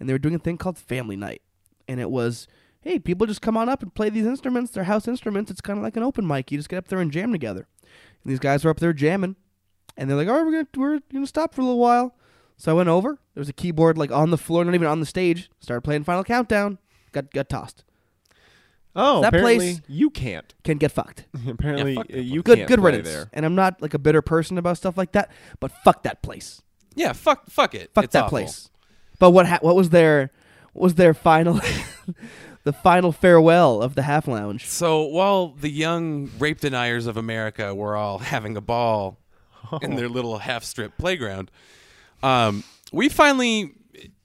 Speaker 2: and they were doing a thing called Family Night, and it was, hey, people just come on up and play these instruments. They're house instruments. It's kind of like an open mic. You just get up there and jam together. And these guys were up there jamming, and they're like, all right, we're gonna we're gonna stop for a little while. So I went over. There was a keyboard like on the floor, not even on the stage. Started playing Final Countdown. Got got tossed.
Speaker 3: Oh,
Speaker 2: That
Speaker 3: apparently
Speaker 2: place-
Speaker 3: you can't.
Speaker 2: Can get fucked.
Speaker 3: apparently
Speaker 4: fuck that
Speaker 3: uh, you
Speaker 2: Good
Speaker 3: can't
Speaker 2: good
Speaker 3: play
Speaker 2: riddance.
Speaker 3: there.
Speaker 2: And I'm not like a bitter person about stuff like that, but fuck that place.
Speaker 4: Yeah, fuck, fuck it.
Speaker 2: Fuck
Speaker 4: It's
Speaker 2: that
Speaker 4: awful.
Speaker 2: place. But what ha- what was their what was their final the final farewell of the half lounge?
Speaker 4: So while the young rape deniers of America were all having a ball in their little half strip playground, um, we finally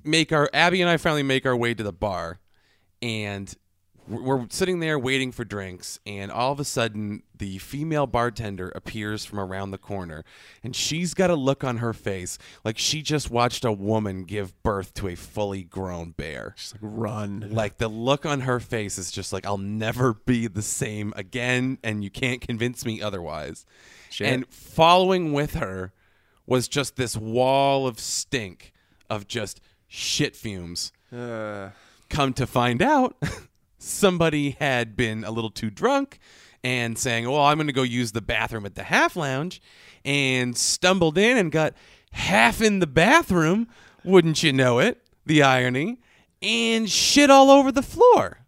Speaker 4: make our Abby and I finally make our way to the bar, and we're we're sitting there waiting for drinks, and all of a sudden the female bartender appears from around the corner, and she's got a look on her face like she just watched a woman give birth to a fully grown bear
Speaker 3: Just like run.
Speaker 4: like the look on her face is just like I'll never be the same again and you can't convince me otherwise.
Speaker 3: Shit.
Speaker 4: And following with her was just this wall of stink of just shit fumes.
Speaker 3: Uh,
Speaker 4: Come to find out somebody had been a little too drunk and saying, "Well, I'm going to go use the bathroom at the half lounge," and stumbled in and got half in the bathroom, wouldn't you know it? The irony and shit all over the floor.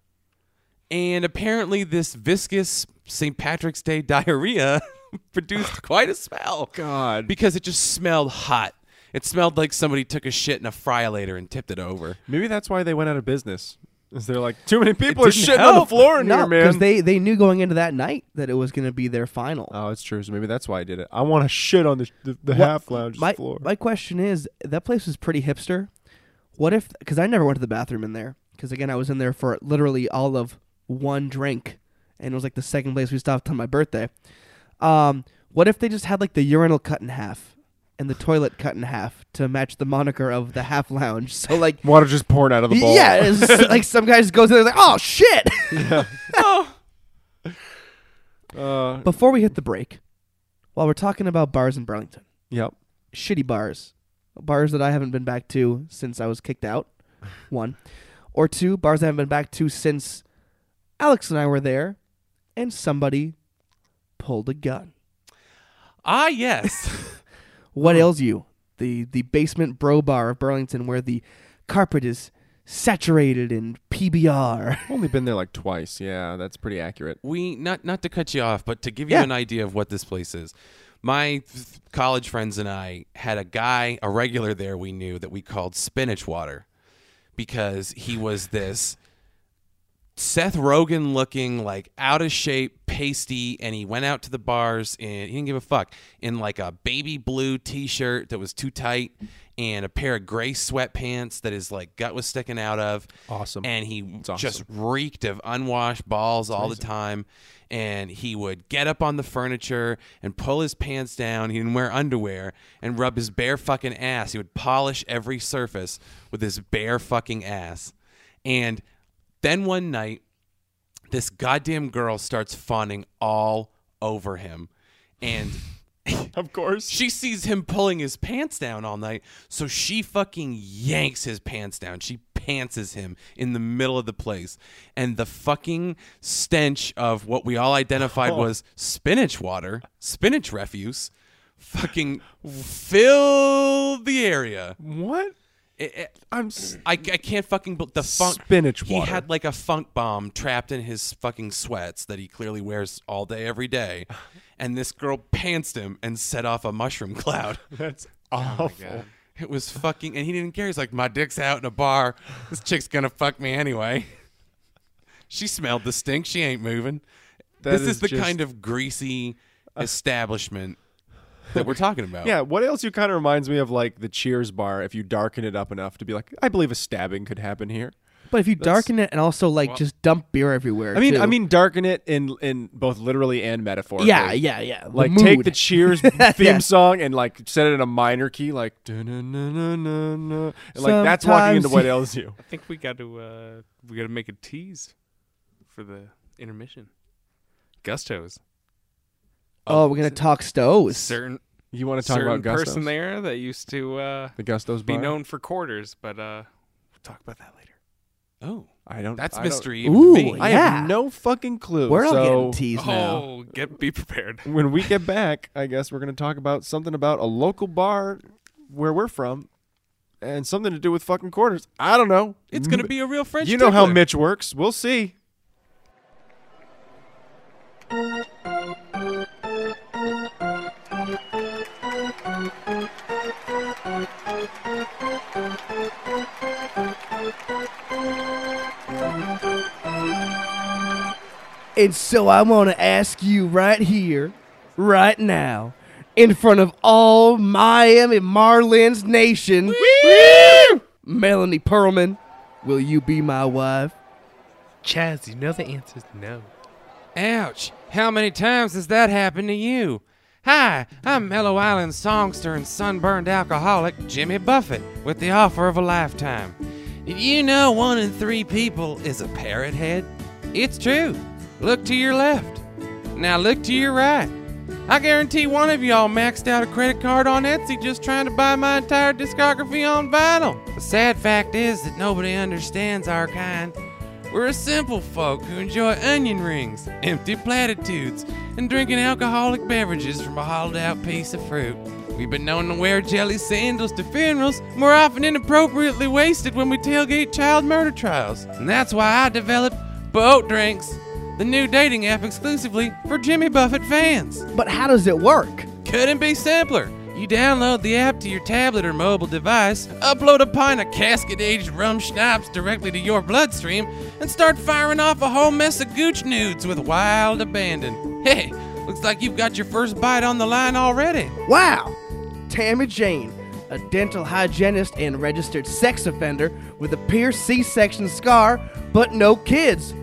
Speaker 4: And apparently this viscous St. Patrick's Day diarrhea produced quite a smell.
Speaker 3: God.
Speaker 4: Because it just smelled hot. It smelled like somebody took a shit in a friolator and tipped it over.
Speaker 3: Maybe that's why they went out of business. Is they're like too many people are
Speaker 4: didn't
Speaker 3: shitting on the
Speaker 4: help.
Speaker 3: floor in
Speaker 2: Oh, No,
Speaker 3: here, man.
Speaker 2: they they knew going into that night that it was going to be their final.
Speaker 3: oh, it's true. So maybe that's why I did it. I want to shit on the sh- the, the
Speaker 2: What-
Speaker 3: half lounge
Speaker 2: my,
Speaker 3: floor.
Speaker 2: My question is, that place was pretty hipster. What if? Because I never went to the bathroom in there. Because again, I was in there for literally all of one drink, and it was like the second place we stopped on my birthday. Um, what if they just had like the urinal cut in half and the toilet cut in half to match the moniker of the half lounge? So like
Speaker 3: Water just poured out of the bowl.
Speaker 2: Yeah, it's just like some guy just goes in there like, oh shit.
Speaker 3: Uh,
Speaker 2: Before we hit the break, while we're talking about bars in Burlington,
Speaker 3: yep.
Speaker 2: shitty bars, bars that I haven't been back to since I was kicked out, one, or two bars I haven't been back to since Alex and I were there, and somebody pulled a gun.
Speaker 4: Ah, yes.
Speaker 2: What ails you? The the basement bro bar of Burlington, where the carpet is saturated in PBR.
Speaker 3: Only been there like twice. Yeah, that's pretty accurate.
Speaker 4: we not not to cut you off, but to give you
Speaker 2: Yeah.
Speaker 4: an idea of what this place is. My th- college friends and I had a guy, a regular there we knew that we called spinach water because he was this Seth Rogen looking like out of shape, pasty, and he went out to the bars and he didn't give a fuck in like a baby blue t shirt that was too tight and a pair of gray sweatpants that his like gut was sticking out of.
Speaker 3: Awesome.
Speaker 4: And he
Speaker 3: awesome.
Speaker 4: just reeked of unwashed balls all the time. And he would get up on the furniture and pull his pants down. He didn't wear underwear and rub his bare fucking ass. He would polish every surface with his bare fucking ass. And then one night, this goddamn girl starts fawning all over him. And
Speaker 3: Of course.
Speaker 4: she sees him pulling his pants down all night. So she fucking yanks his pants down. She pantses him in the middle of the place. And the fucking stench of what we all identified
Speaker 3: Oh.
Speaker 4: was spinach water, spinach refuse, fucking filled the area.
Speaker 3: What?
Speaker 4: It- it-
Speaker 3: I'm. s-
Speaker 4: I, I can't fucking bel- the funk
Speaker 3: Spinach
Speaker 4: He
Speaker 3: water.
Speaker 4: had like a funk bomb trapped in his fucking sweats that he clearly wears all day every day, and this girl pantsed him and set off a mushroom cloud.
Speaker 3: That's awful.
Speaker 4: It was fucking, and he didn't care. He's like, my dick's out in a bar. This chick's gonna fuck me anyway. She smelled the stink. She ain't moving.
Speaker 3: That
Speaker 4: this is,
Speaker 3: is
Speaker 4: the
Speaker 3: just-
Speaker 4: kind of greasy establishment that we're talking about.
Speaker 3: yeah. What else? You kind of reminds me of like the Cheers bar. If you darken it up enough to be like, I believe a stabbing could happen here.
Speaker 2: But if you darken it and also like just dump beer everywhere.
Speaker 3: I mean, I
Speaker 2: too.
Speaker 3: mean, darken it in in both literally and metaphorically.
Speaker 2: yeah, yeah, yeah.
Speaker 3: Like take
Speaker 2: mood.
Speaker 3: the Cheers theme
Speaker 2: Yeah.
Speaker 3: song and like set it in a minor key, like dun-dun-dun-dun-dun. and like that's walking
Speaker 2: Sometimes
Speaker 3: into what
Speaker 2: you-
Speaker 3: ails you.
Speaker 1: I think we got to uh, we got to make a tease for the intermission. Gustos.
Speaker 2: Oh, we're gonna talk stoves.
Speaker 1: Certain
Speaker 3: You want to talk
Speaker 1: certain
Speaker 3: about Gustos?
Speaker 1: person there that used to uh,
Speaker 3: The Gustos
Speaker 1: be
Speaker 3: bar?
Speaker 1: known for quarters, but uh, we'll talk about that later.
Speaker 4: Oh,
Speaker 3: I don't.
Speaker 4: that's
Speaker 3: I don't-
Speaker 4: mystery. even to
Speaker 2: Ooh,
Speaker 4: me.
Speaker 2: yeah.
Speaker 3: I have no fucking clue.
Speaker 2: we're all
Speaker 3: so
Speaker 2: getting teased now.
Speaker 1: Oh, get be prepared.
Speaker 3: when we get back, I guess we're going to talk about something about a local bar where we're from, and something to do with fucking quarters. I don't know.
Speaker 4: It's gonna
Speaker 3: M-
Speaker 4: be a real French.
Speaker 3: You know how
Speaker 4: tickler.
Speaker 3: Mitch works. We'll see.
Speaker 2: And so I want to ask you right here, right now, in front of all Miami Marlins nation, Melanie Perlman, will you be my wife?
Speaker 1: Chaz, you know the answer's no.
Speaker 4: Ouch! How many times has that happened to you? Hi, I'm Mellow Island songster and sunburned alcoholic Jimmy Buffett with the offer of a lifetime. Did you know one in three people is a parrot head? It's true. Look to your left. Now look to your right. I guarantee one of y'all maxed out a credit card on Etsy just trying to buy my entire discography on vinyl. The sad fact is that nobody understands our kind. We're a simple folk who enjoy onion rings, empty platitudes, and drinking alcoholic beverages from a hollowed out piece of fruit. We've been known to wear jelly sandals to funerals, and we're often inappropriately wasted when we tailgate child murder trials. And that's why I developed Boat Drinks, the new dating app exclusively for Jimmy Buffett fans.
Speaker 2: But how does it work?
Speaker 4: Couldn't be simpler. You download the app to your tablet or mobile device, upload a pint of casket aged rum schnapps directly to your bloodstream, and start firing off a whole mess of gooch nudes with wild abandon. Hey, looks like you've got your first bite on the line already.
Speaker 2: Wow! Tammy Jane, a dental hygienist and registered sex offender with a pierced C section scar, but no kids.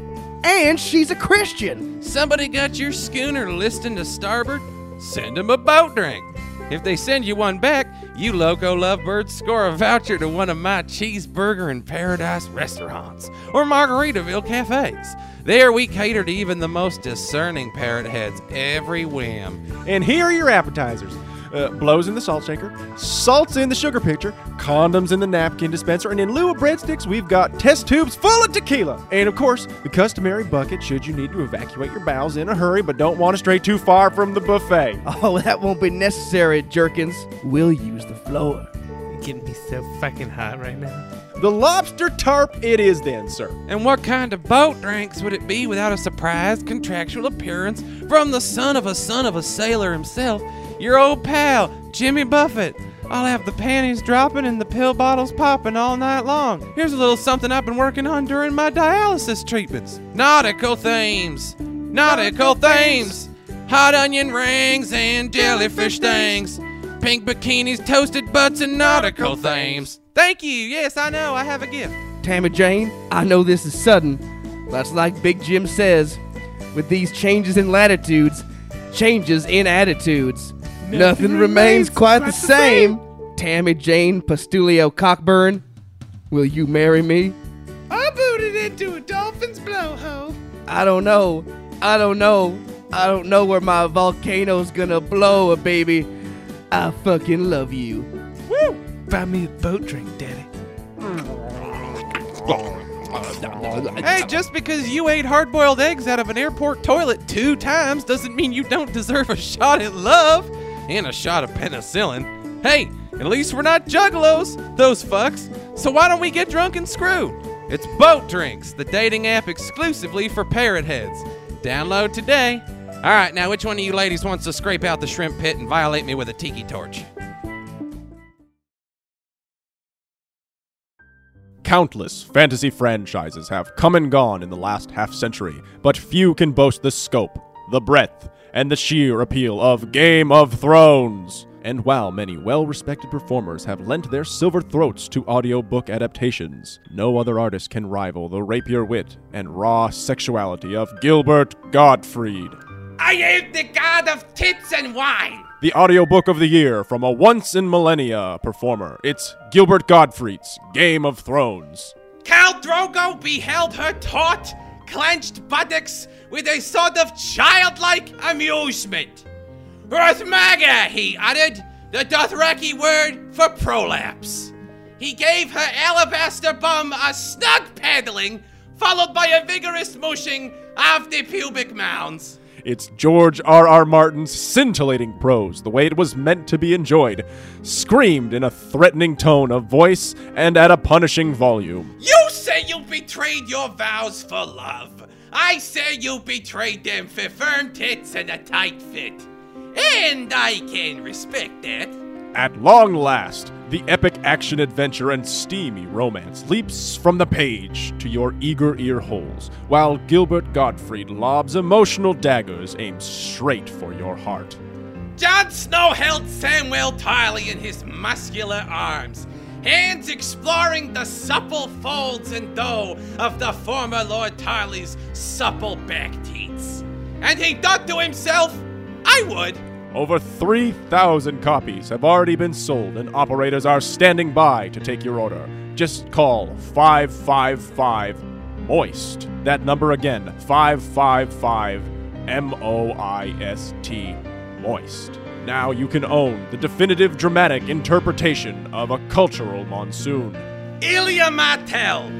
Speaker 2: And she's a Christian!
Speaker 4: Somebody got your schooner listing to starboard? Send 'em a boat drink. If they send you one back, you loco lovebirds score a voucher to one of my cheeseburger in paradise restaurants or Margaritaville cafes. There we cater to even the most discerning parrot heads every whim.
Speaker 3: And here are your appetizers. Uh, blows in the salt shaker, salts in the sugar pitcher, condoms in the napkin dispenser, and in lieu of breadsticks, we've got test tubes full of tequila. And of course, the customary bucket should you need to evacuate your bowels in a hurry but don't want to stray too far from the buffet.
Speaker 2: Oh, that won't be necessary, Jerkins. We'll use the floor.
Speaker 1: Getting me so fucking hot right now.
Speaker 3: The lobster tarp it is then, sir.
Speaker 4: And what kind of boat drinks would it be without a surprise contractual appearance from the son of a son of a sailor himself, your old pal, Jimmy Buffett? I'll have the panties dropping and the pill bottles popping all night long. Here's a little something I've been working on during my dialysis treatments. Nautical themes. Nautical themes. Hot onion rings and jellyfish things. Pink bikinis, toasted butts, and nautical themes. Thank you. Yes, I know. I have a gift.
Speaker 2: Tammy Jane, I know this is sudden, but it's like Big Jim says with these changes in latitudes, changes in attitudes. Nothing, remains quite the same. Tammy Jane Pastulio Cockburn, will you marry me?
Speaker 1: I booted into a dolphin's blowhole.
Speaker 2: I don't know. I don't know. I don't know where my volcano's gonna blow, baby. I fucking love you.
Speaker 1: Buy me a boat drink, Daddy.
Speaker 4: Hey, just because you ate hard boiled eggs out of an airport toilet two times doesn't mean you don't deserve a shot at love and a shot of penicillin. Hey, at least we're not juggalos, those fucks. So why don't we get drunk and screw? It's Boat Drinks, the dating app exclusively for parrot heads. Download today. All right, now which one of you ladies wants to scrape out the shrimp pit and violate me with a tiki torch?
Speaker 3: Countless fantasy franchises have come and gone in the last half century, but few can boast the scope, the breadth, and the sheer appeal of Game of Thrones. And while many well respected performers have lent their silver throats to audiobook adaptations, no other artist can rival the rapier wit and raw sexuality of Gilbert Gottfried.
Speaker 5: I am the god of tits and wine.
Speaker 3: The audiobook of the year from a once in millennia performer. It's Gilbert Gottfried's Game of Thrones.
Speaker 5: Cal Drogo beheld her taut, clenched buttocks with a sort of childlike amusement. Earthmaga, he uttered, the Dothraki word for prolapse. He gave her alabaster bum a snug paddling, followed by a vigorous mushing of the pubic mounds.
Speaker 3: It's George R. R. Martin's scintillating prose, the way it was meant to be enjoyed, screamed in a threatening tone of voice and at a punishing volume.
Speaker 5: You say you betrayed your vows for love. I say you betrayed them for firm tits and a tight fit. And I can respect that.
Speaker 3: At long last, the epic action adventure and steamy romance leaps from the page to your eager ear holes, while Gilbert Gottfried lobs emotional daggers aimed straight for your heart.
Speaker 5: Jon Snow held Samuel Tarly in his muscular arms, hands exploring the supple folds and dough of the former Lord Tarly's supple back teats. And he thought to himself, I would.
Speaker 3: Over 3,000 copies have already been sold, and operators are standing by to take your order. Just call 555 MOIST. That number again 555 M O I S T MOIST. Now you can own the definitive dramatic interpretation of a cultural monsoon.
Speaker 5: Ilya Martell,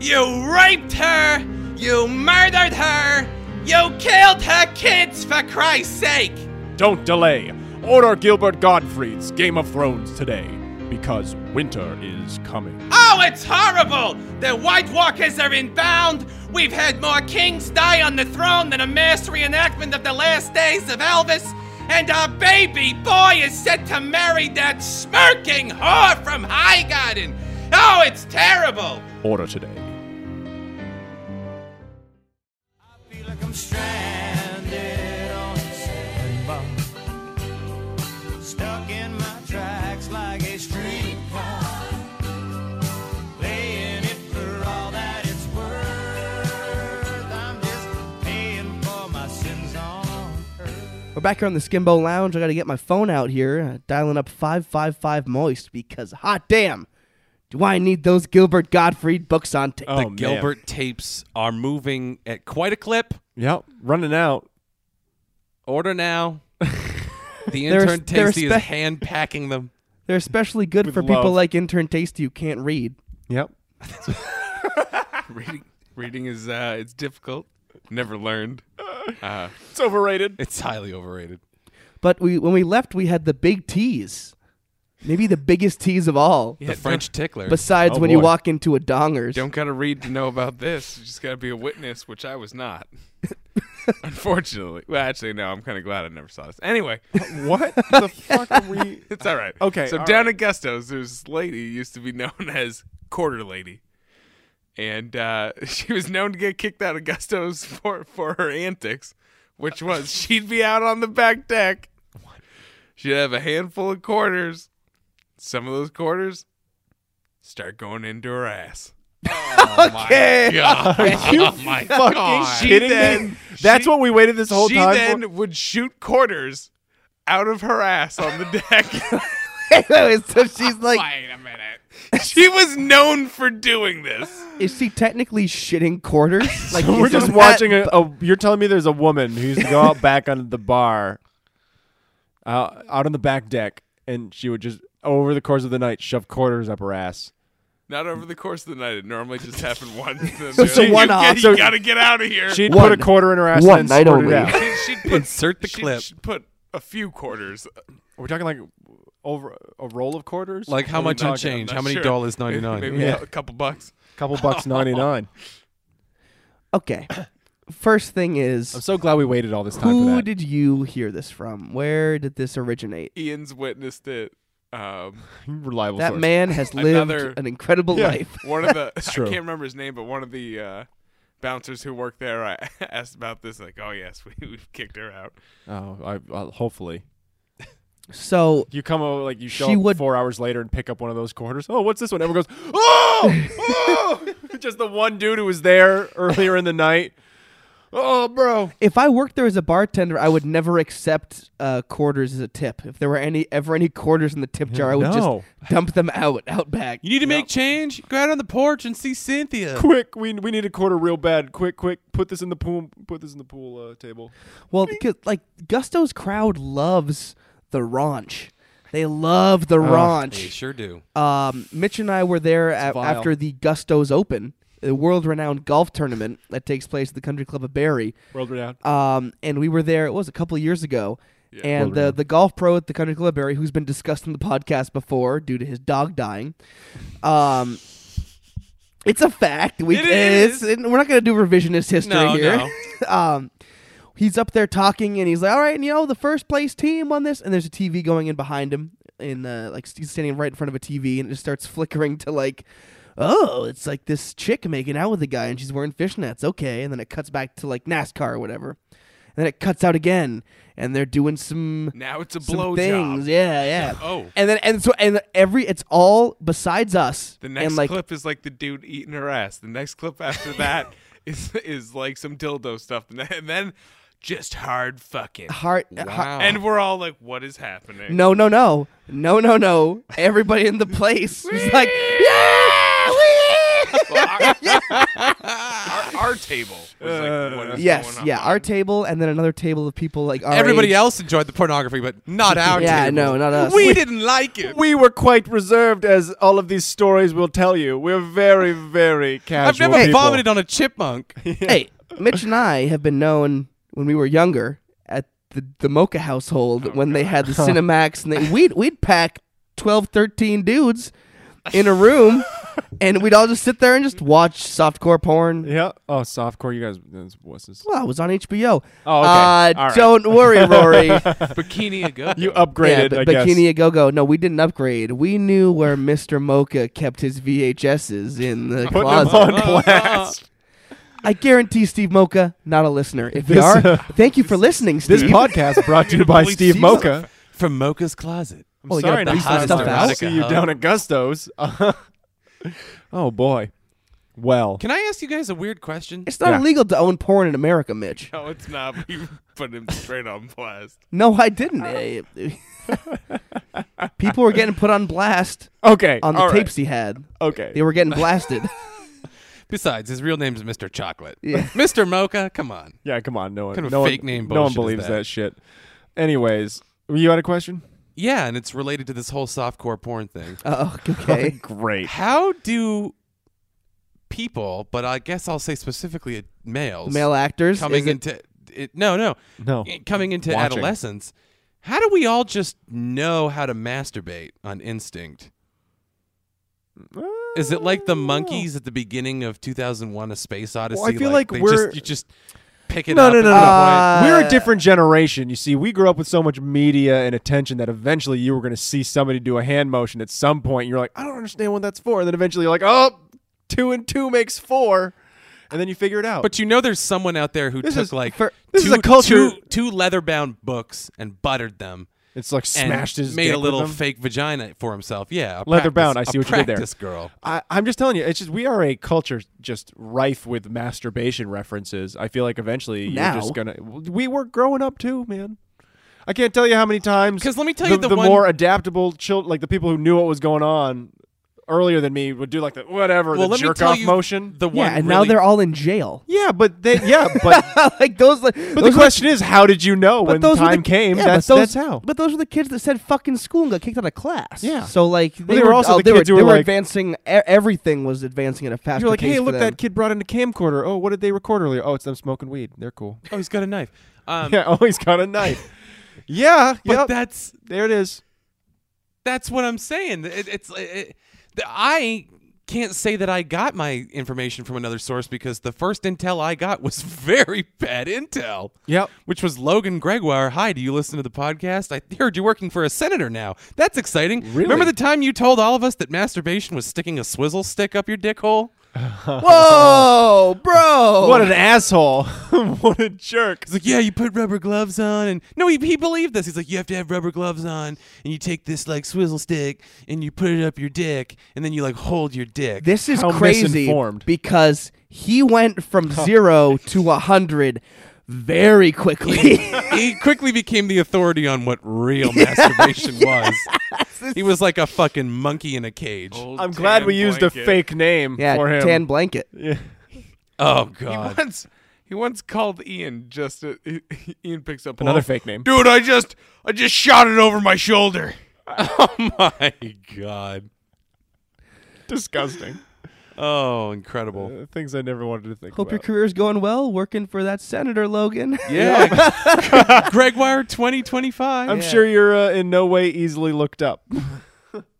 Speaker 5: you raped her, you murdered her, you killed her kids for Christ's sake.
Speaker 3: Don't delay. Order Gilbert Gottfried's Game of Thrones today, because winter is coming.
Speaker 5: Oh, it's horrible! The White Walkers are inbound! We've had more kings die on the throne than a mass reenactment of the last days of Elvis! And our baby boy is set to marry that smirking whore from Highgarden! Oh, it's terrible!
Speaker 3: Order today.
Speaker 6: Feel like I'm stranded on a sandbar. Stuck in my tracks like a streetcar. Playing it for all that it's worth. I'm just paying for my sins on earth.
Speaker 2: We're back here on the Skimbo Lounge. I gotta get my phone out here, uh, dialing up 555 Moist because hot damn, do I need those Gilbert Gottfried books on tape?
Speaker 3: Oh,
Speaker 4: the Gilbert tapes are moving at quite a clip.
Speaker 3: Man. Yep, running out.
Speaker 4: Order now. The
Speaker 2: They're-
Speaker 4: intern
Speaker 2: they're
Speaker 4: Tasty is
Speaker 2: spe-
Speaker 4: hand packing them.
Speaker 2: They're especially good for
Speaker 3: love.
Speaker 2: people like Intern Tasty who can't read.
Speaker 3: Yep.
Speaker 1: Reading, reading is uh, it's difficult. Never learned.
Speaker 3: It's overrated.
Speaker 4: It's highly overrated.
Speaker 2: But we when we left, we had the big tease. Maybe the biggest tease of all.
Speaker 4: The French tickler.
Speaker 2: Besides
Speaker 3: Oh,
Speaker 2: when you
Speaker 3: boy.
Speaker 2: walk into a donger's.
Speaker 1: Don't gotta read to know about this. You just gotta be a witness, which I was not. Unfortunately. Well, actually, no, I'm kind of glad I never saw this. Anyway,
Speaker 3: what the fuck are we?
Speaker 1: it's all right.
Speaker 3: Okay,
Speaker 1: So
Speaker 3: all
Speaker 1: down at Gusto's, there's this lady who used to be known as Quarter Lady. And uh, she was known to get kicked out of Gusto's for, for her antics, which was she'd be out on the back deck. She'd have a handful of quarters. Some of those quarters start going into her ass.
Speaker 2: Okay.
Speaker 1: God.
Speaker 3: You fucking
Speaker 1: She
Speaker 3: kidding me?
Speaker 1: then-
Speaker 3: That's
Speaker 1: she-
Speaker 3: what we waited this whole
Speaker 1: she
Speaker 3: time
Speaker 1: then
Speaker 3: for.
Speaker 1: would shoot quarters out of her ass on the deck.
Speaker 2: so she's like,
Speaker 1: Wait a minute. She was known for doing this.
Speaker 2: is she technically shitting quarters? Like
Speaker 3: We're
Speaker 2: isn't
Speaker 3: just
Speaker 2: that-
Speaker 3: watching a, a. You're telling me there's a woman who's to go out back on the bar, uh, out on the back deck, and she would just over the course of the night shove quarters up her ass.
Speaker 1: Not over the course of the night. It normally just happened once. and
Speaker 2: it's
Speaker 1: then
Speaker 2: a one-off.
Speaker 1: You, get-
Speaker 3: So-
Speaker 1: you gotta get out of here.
Speaker 3: She'd
Speaker 2: One-
Speaker 3: put a quarter in her ass
Speaker 2: one
Speaker 3: and
Speaker 2: night
Speaker 3: squirt
Speaker 2: only.
Speaker 3: it out.
Speaker 1: She- she'd put,
Speaker 4: Insert the
Speaker 1: she'd-
Speaker 4: clip.
Speaker 1: she'd put a few quarters.
Speaker 3: We're talking like over a roll of quarters,
Speaker 4: Like
Speaker 3: What
Speaker 4: how
Speaker 3: are we
Speaker 4: much on
Speaker 3: talking?
Speaker 4: change?
Speaker 1: Not
Speaker 4: How many
Speaker 1: sure.
Speaker 4: dollars?
Speaker 1: Maybe-
Speaker 4: Ninety nine.
Speaker 1: Maybe
Speaker 3: Yeah.
Speaker 1: a couple bucks.
Speaker 3: Couple bucks ninety nine.
Speaker 2: Okay. First thing
Speaker 3: I'm
Speaker 2: is,
Speaker 3: so glad we waited all this time for
Speaker 2: who
Speaker 3: that.
Speaker 2: did you hear this from? Where did this originate?
Speaker 1: Ian's witnessed it. Um,
Speaker 3: Reliable
Speaker 2: That
Speaker 3: source.
Speaker 2: man has lived
Speaker 1: Another-
Speaker 2: an incredible
Speaker 3: Yeah.
Speaker 2: life.
Speaker 1: one of the I
Speaker 3: true.
Speaker 1: can't remember his name, but one of the uh, bouncers who worked there, I asked about this. Like, oh yes, we we kicked her out.
Speaker 3: Oh, I, I, hopefully
Speaker 2: So
Speaker 3: you come over like you show
Speaker 2: She
Speaker 3: up
Speaker 2: would-
Speaker 3: four hours later and pick up one of those quarters. Oh, what's this one? Everyone goes, oh, oh! just the one dude who was there earlier in the night. Oh, bro.
Speaker 2: if I worked there as a bartender, I would never accept uh, quarters as a tip. If there were any ever any quarters in the tip jar, I would
Speaker 3: No.
Speaker 2: just dump them out out back.
Speaker 4: You need to make change. Go out on the porch and see Cynthia.
Speaker 3: Quick, we we need a quarter real bad. Quick, quick, put this in the pool. Put this in the pool uh, table.
Speaker 2: Well, because like Gusto's crowd loves the raunch. They love the
Speaker 3: Oh,
Speaker 4: They
Speaker 2: raunch.
Speaker 4: sure do.
Speaker 2: Um, Mitch and I were there a-
Speaker 3: vile.
Speaker 2: after the Gusto's Open, the world-renowned golf tournament that takes place at the Country Club of Barry.
Speaker 3: World renowned.
Speaker 2: Um, and we were there. It was a couple of years ago. And the the golf pro at the Country Club of Barry, who's been discussed on the podcast before due to his dog dying, um, it's a fact. We
Speaker 4: It
Speaker 2: it's-
Speaker 4: is.
Speaker 2: and we're not going to do revisionist history
Speaker 4: No,
Speaker 2: here. um, he's up there talking, and he's like, "All right, and, you know, the first place team on this." And there's a TV going in behind him, and uh, like he's standing right in front of a TV, and it just starts flickering to like, "Oh, it's like this chick making out with a guy, and she's wearing fishnets." Okay, and then it cuts back to like NASCAR or whatever, and then it cuts out again, and they're doing some
Speaker 1: Now it's a
Speaker 2: some
Speaker 1: blow
Speaker 2: things.
Speaker 1: job.
Speaker 2: Yeah, yeah.
Speaker 1: Oh.
Speaker 2: and then and so and every it's all besides us.
Speaker 1: The next
Speaker 2: and like
Speaker 1: clip is like the dude eating her ass. The next clip after that is is like some dildo stuff, and then, and then just hard fucking.
Speaker 2: heart.
Speaker 4: Wow.
Speaker 1: And we're all like, "What is happening?"
Speaker 2: No, no, no, no, no, no. Everybody in the place was like, yeah. wee!"
Speaker 1: our, our table was like, "What is
Speaker 2: Uh, yes,
Speaker 1: going on?"
Speaker 2: yeah. Our table, and then another table of people like our
Speaker 4: Everybody
Speaker 2: age.
Speaker 4: else enjoyed the pornography, but not our
Speaker 2: Yeah,
Speaker 4: table.
Speaker 2: no, not us.
Speaker 4: We,
Speaker 2: We-
Speaker 4: didn't like it.
Speaker 3: We were quite reserved, as all of these stories will tell you. We're very, very
Speaker 4: I've
Speaker 3: casual.
Speaker 4: never
Speaker 3: people.
Speaker 4: vomited on a chipmunk.
Speaker 2: Hey, Mitch and I have been known when we were younger at the, the Mocha
Speaker 4: Oh,
Speaker 2: household when they had the Cinemax, and they, we'd we'd pack 12, 13 dudes in a room, and we'd all just sit there and just watch softcore porn.
Speaker 3: Yeah. Oh, softcore. You guys, that's wusses.
Speaker 2: Well, it was on HBO.
Speaker 3: Oh,
Speaker 2: Uh,
Speaker 3: okay. All right.
Speaker 2: Don't worry, Rory.
Speaker 1: bikini ago.
Speaker 3: You upgraded,
Speaker 2: yeah,
Speaker 3: I
Speaker 2: but
Speaker 3: guess.
Speaker 2: Bikini a Go Go. No, we didn't upgrade. We knew where Mr. Mocha kept his VHSs in the
Speaker 3: Putting them
Speaker 2: closet.
Speaker 3: on blast.
Speaker 2: I guarantee Steve Mocha, not a listener. If you are, thank you for listening, Steve.
Speaker 3: uh, This podcast brought to you by Steve Mocha.
Speaker 4: From Mocha's closet.
Speaker 3: I'm
Speaker 2: Well, you
Speaker 3: sorry,
Speaker 2: gotta
Speaker 3: not
Speaker 2: bleep some
Speaker 3: to
Speaker 2: stuff out.
Speaker 3: see you down at Gusto's. oh boy. Well,
Speaker 4: Can I ask you guys a weird question?
Speaker 2: it's not
Speaker 3: Yeah.
Speaker 2: illegal to own porn in America, Mitch.
Speaker 1: No, it's not. but You put him straight on blast.
Speaker 2: No, I didn't. Eh, People were getting put on blast
Speaker 3: okay,
Speaker 2: on the
Speaker 3: all right,
Speaker 2: tapes he had.
Speaker 3: Okay,
Speaker 2: They were getting blasted.
Speaker 4: Besides, his real name's Mr. Chocolate.
Speaker 2: Yeah.
Speaker 4: Mr. Mocha, come on.
Speaker 3: yeah, come on, no one,
Speaker 4: kind of
Speaker 3: no
Speaker 4: fake
Speaker 3: one,
Speaker 4: name
Speaker 3: no one
Speaker 4: bullshit is
Speaker 3: believes
Speaker 4: that?
Speaker 3: shit. Anyways, you had a question?
Speaker 4: Yeah, and it's related to this whole softcore porn thing.
Speaker 2: oh, okay.
Speaker 3: Great.
Speaker 4: How do people, but I guess I'll say specifically uh, males,
Speaker 2: Male actors
Speaker 4: coming
Speaker 2: is it-
Speaker 4: into it, no, no,
Speaker 3: No,
Speaker 4: i- coming into
Speaker 3: Oh, Watching.
Speaker 4: adolescence, how do we all just know how to masturbate on instinct? Is
Speaker 3: Uh,
Speaker 4: it like the monkeys at the beginning of 2001: A Space Odyssey?
Speaker 3: feel like
Speaker 4: they
Speaker 3: we're-
Speaker 4: just, you just pick it
Speaker 3: No,
Speaker 4: up.
Speaker 3: no, no, no.
Speaker 4: at some
Speaker 2: Uh,
Speaker 3: We're a different generation. You see, we grew up with so much media and attention that eventually you were going to see somebody do a hand motion at some point. You're like, I don't understand what that's for. And then eventually you're like, oh, two and two makes four. And then you figure it out.
Speaker 4: But you know, there's someone out there who
Speaker 3: This
Speaker 4: took
Speaker 3: is
Speaker 4: like
Speaker 3: for-
Speaker 4: two,
Speaker 3: this is a culture-
Speaker 4: two, two leather-bound books and buttered them,
Speaker 3: it's like
Speaker 4: and
Speaker 3: smashed his
Speaker 4: made
Speaker 3: dick
Speaker 4: a
Speaker 3: with
Speaker 4: little
Speaker 3: them.
Speaker 4: fake vagina for himself. Yeah, a
Speaker 3: Leather-bound,
Speaker 4: practice-
Speaker 3: I see
Speaker 4: a
Speaker 3: what you did there.
Speaker 4: practice girl.
Speaker 3: I, I'm just telling you, it's just we are a culture just rife with masturbation references. I feel like eventually
Speaker 2: Now.
Speaker 3: you're just gonna. We were growing up too, man. I can't tell you how many times.
Speaker 4: 'Cause let me tell
Speaker 3: the,
Speaker 4: you the one-
Speaker 3: more adaptable children, like the people who knew what was going on earlier than me, would do like the whatever
Speaker 4: Well,
Speaker 3: the
Speaker 4: let me
Speaker 3: jerk
Speaker 4: tell
Speaker 3: off
Speaker 4: you
Speaker 3: motion.
Speaker 4: The one
Speaker 2: yeah, and now
Speaker 4: really-
Speaker 2: they're all in jail.
Speaker 3: yeah, but they, yeah, but
Speaker 2: like those. Like,
Speaker 3: but the question is, how did you know when
Speaker 2: those were
Speaker 3: time
Speaker 2: the,
Speaker 3: came?
Speaker 2: yeah,
Speaker 3: that's
Speaker 2: but those,
Speaker 3: that's how.
Speaker 2: But those were the kids that said "fucking school" and got kicked out of class.
Speaker 3: Yeah.
Speaker 2: So like they,
Speaker 3: they were also
Speaker 2: oh,
Speaker 3: the
Speaker 2: they
Speaker 3: kids
Speaker 2: were,
Speaker 3: who
Speaker 2: they
Speaker 3: were, like-
Speaker 2: advancing. e- Everything was advancing at a faster.
Speaker 3: You're like,
Speaker 2: pace
Speaker 3: hey,
Speaker 2: for
Speaker 3: look,
Speaker 2: them.
Speaker 3: that kid brought in a camcorder. Oh, what did they record earlier? Oh, it's them smoking weed. They're cool.
Speaker 4: Oh, he's got a knife. Um,
Speaker 3: yeah, oh, he's got a knife. yeah,
Speaker 4: But
Speaker 3: yep.
Speaker 4: that's
Speaker 3: there it is.
Speaker 4: that's what I'm saying. It, it's it, the I can't say that I got my information from another source because the first intel I got was very bad intel.
Speaker 3: Yep.
Speaker 4: Which was Logan Gregoire. Hi, do you listen to the podcast? I heard you're working for a senator now. That's exciting.
Speaker 3: Really?
Speaker 4: Remember the time you told all of us that masturbation was sticking a swizzle stick up your dick hole?
Speaker 2: Whoa, bro!
Speaker 3: What an asshole. what Oh. a jerk.
Speaker 4: He's like, yeah, you put rubber gloves on, and no, he, he believed this. He's like, you have to have rubber gloves on, and you take this like swizzle stick, and you put it up your dick, and then you like hold your dick.
Speaker 2: This is
Speaker 3: How
Speaker 2: crazy
Speaker 3: misinformed.
Speaker 2: because he went from zero to a hundred very quickly.
Speaker 4: he quickly became the authority on what real masturbation was. He was like a fucking monkey in a cage. Oh,
Speaker 3: I'm glad we used a fake name
Speaker 2: yeah,
Speaker 3: for him.
Speaker 2: tan blanket.
Speaker 4: Oh, god.
Speaker 1: Once he once called Ian just to, Ian picks up
Speaker 3: Another
Speaker 1: "Oh,
Speaker 3: fake name.
Speaker 1: Dude, I just I just shot it over my shoulder.
Speaker 4: Oh my god.
Speaker 3: Disgusting.
Speaker 4: Oh, incredible.
Speaker 3: Uh, Things I never wanted to think
Speaker 2: Hope your
Speaker 3: about.
Speaker 2: career's going well, working for that senator, Logan.
Speaker 4: Yeah. Gregoire 2025.
Speaker 3: I'm sure you're uh, in no way easily looked up.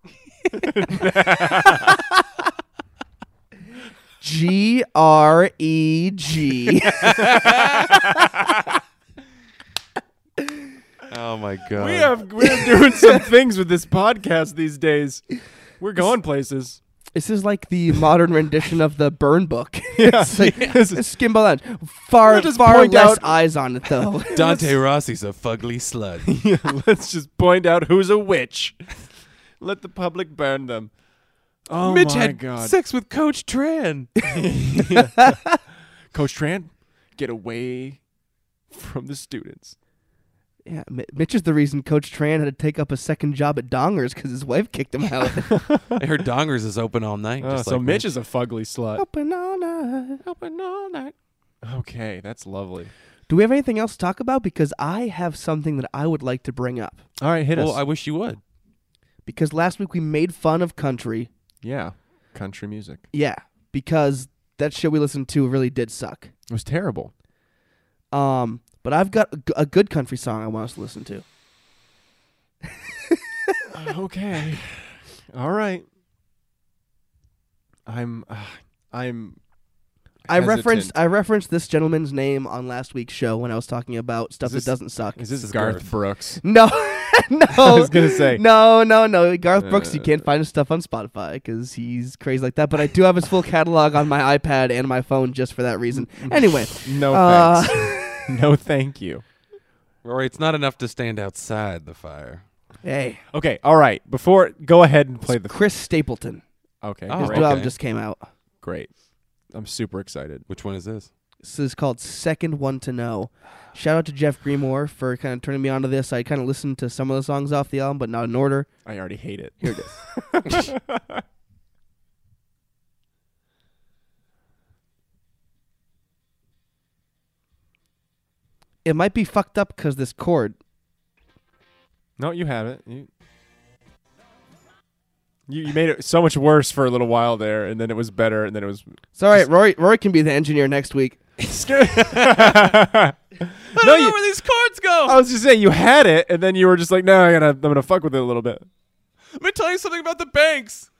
Speaker 2: G R E G.
Speaker 4: Oh my god.
Speaker 3: We have we're doing some things with this podcast these days. We're going places.
Speaker 2: This is like the modern rendition of the burn book.
Speaker 3: Yeah.
Speaker 2: it's like
Speaker 3: Yes.
Speaker 2: it's Skimble Lounge. Far,
Speaker 3: We'll just
Speaker 2: far
Speaker 3: point
Speaker 2: less
Speaker 3: out-
Speaker 2: eyes on it though.
Speaker 4: Dante Rossi's a fugly slut.
Speaker 3: Yeah, let's just point out who's a witch. Let the public burn them. Oh
Speaker 4: Mitch
Speaker 3: my
Speaker 4: had
Speaker 3: god.
Speaker 4: sex with Coach Tran.
Speaker 3: Coach Tran, get away from the students.
Speaker 2: yeah, Mi- Mitch is the reason Coach Tran had to take up a second job at Dongers because his wife kicked him out.
Speaker 4: I heard Dongers is open all night.
Speaker 3: Oh,
Speaker 4: just
Speaker 3: so
Speaker 4: like
Speaker 3: Mitch is a fugly slut.
Speaker 2: Open all night.
Speaker 3: Okay, that's lovely.
Speaker 2: Do we have anything else to talk about? Because I have something that I would like to bring up.
Speaker 3: All right, hit
Speaker 4: Well,
Speaker 3: us.
Speaker 4: I wish you would.
Speaker 2: Because last week we made fun of country.
Speaker 3: yeah, country music.
Speaker 2: Yeah, because that shit we listened to really did suck.
Speaker 3: It was terrible.
Speaker 2: Um, but I've got a g- a good country song I want us to listen to.
Speaker 3: okay. All right. I'm. Uh, I'm.
Speaker 2: I referenced uh,
Speaker 3: hesitant.
Speaker 2: I referenced this gentleman's name on last week's show when I was talking about stuff
Speaker 3: this-
Speaker 2: that doesn't suck.
Speaker 3: Is this Garth Brooks?
Speaker 2: No, no. I
Speaker 3: was gonna say. Uh,
Speaker 2: no, no, no. Garth Brooks, you can't find his stuff on Spotify because he's crazy like that. But I do have his full catalog on my iPad and my phone just for that reason. Anyway,
Speaker 3: No
Speaker 2: uh,
Speaker 3: Mm. Oh, thanks. no, thank you.
Speaker 4: Rory, it's not enough to stand outside the fire.
Speaker 2: hey,
Speaker 3: Okay. All right. Before, go ahead and play the.
Speaker 2: Chris Stapleton.
Speaker 3: Okay.
Speaker 4: Oh,
Speaker 2: His
Speaker 3: great.
Speaker 2: new album
Speaker 4: okay.
Speaker 2: just came out.
Speaker 3: great. I'm super excited.
Speaker 4: Which one is this?
Speaker 2: This is called Second One to Know. Shout out to Jeff Greenmore for kind of turning me onto this. I kind of listened to some of the songs off the album, but not in order.
Speaker 3: I already hate it.
Speaker 2: Here it is. it might be fucked up because this chord.
Speaker 3: No, you have it. You, you you made it so much worse for a little while there, and then it was better, and then it was.
Speaker 2: It's all right. Rory, Rory can be the engineer next week.
Speaker 3: no,
Speaker 4: know
Speaker 3: you,
Speaker 4: where these cards go.
Speaker 3: I was just saying you had it, and then you were just like, "No, I gotta, I'm gonna fuck with it a little bit."
Speaker 4: Let me tell you something about the banks.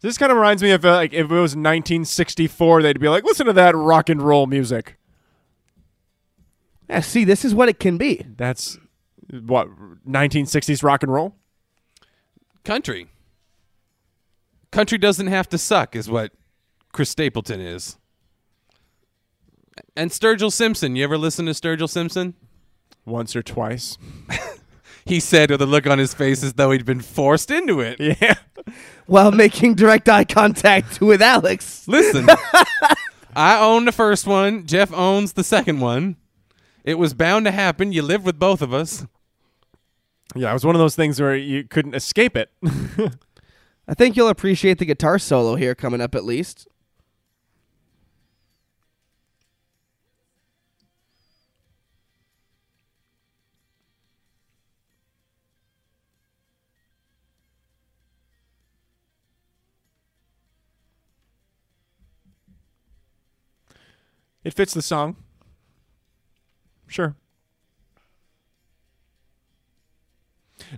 Speaker 3: This kind of reminds me of uh, like if it was 1964, they'd be like, "Listen to that rock and roll music."
Speaker 2: Yeah, see, this is what it can be.
Speaker 3: That's what 1960s rock and roll.
Speaker 4: Country. Country doesn't have to suck, is what Chris Stapleton is. And Sturgill Simpson. You ever listen to Sturgill Simpson?
Speaker 3: Once or twice.
Speaker 4: He said with a look on his face as though he'd been forced into it.
Speaker 3: Yeah.
Speaker 2: While making direct eye contact with Alex.
Speaker 4: Listen, I own the first one. Jeff owns the second one. It was bound to happen. You live with both of us.
Speaker 3: Yeah, it was one of those things where you couldn't escape it.
Speaker 2: I think you'll appreciate the guitar solo here coming up at least.
Speaker 3: It fits the song. Sure.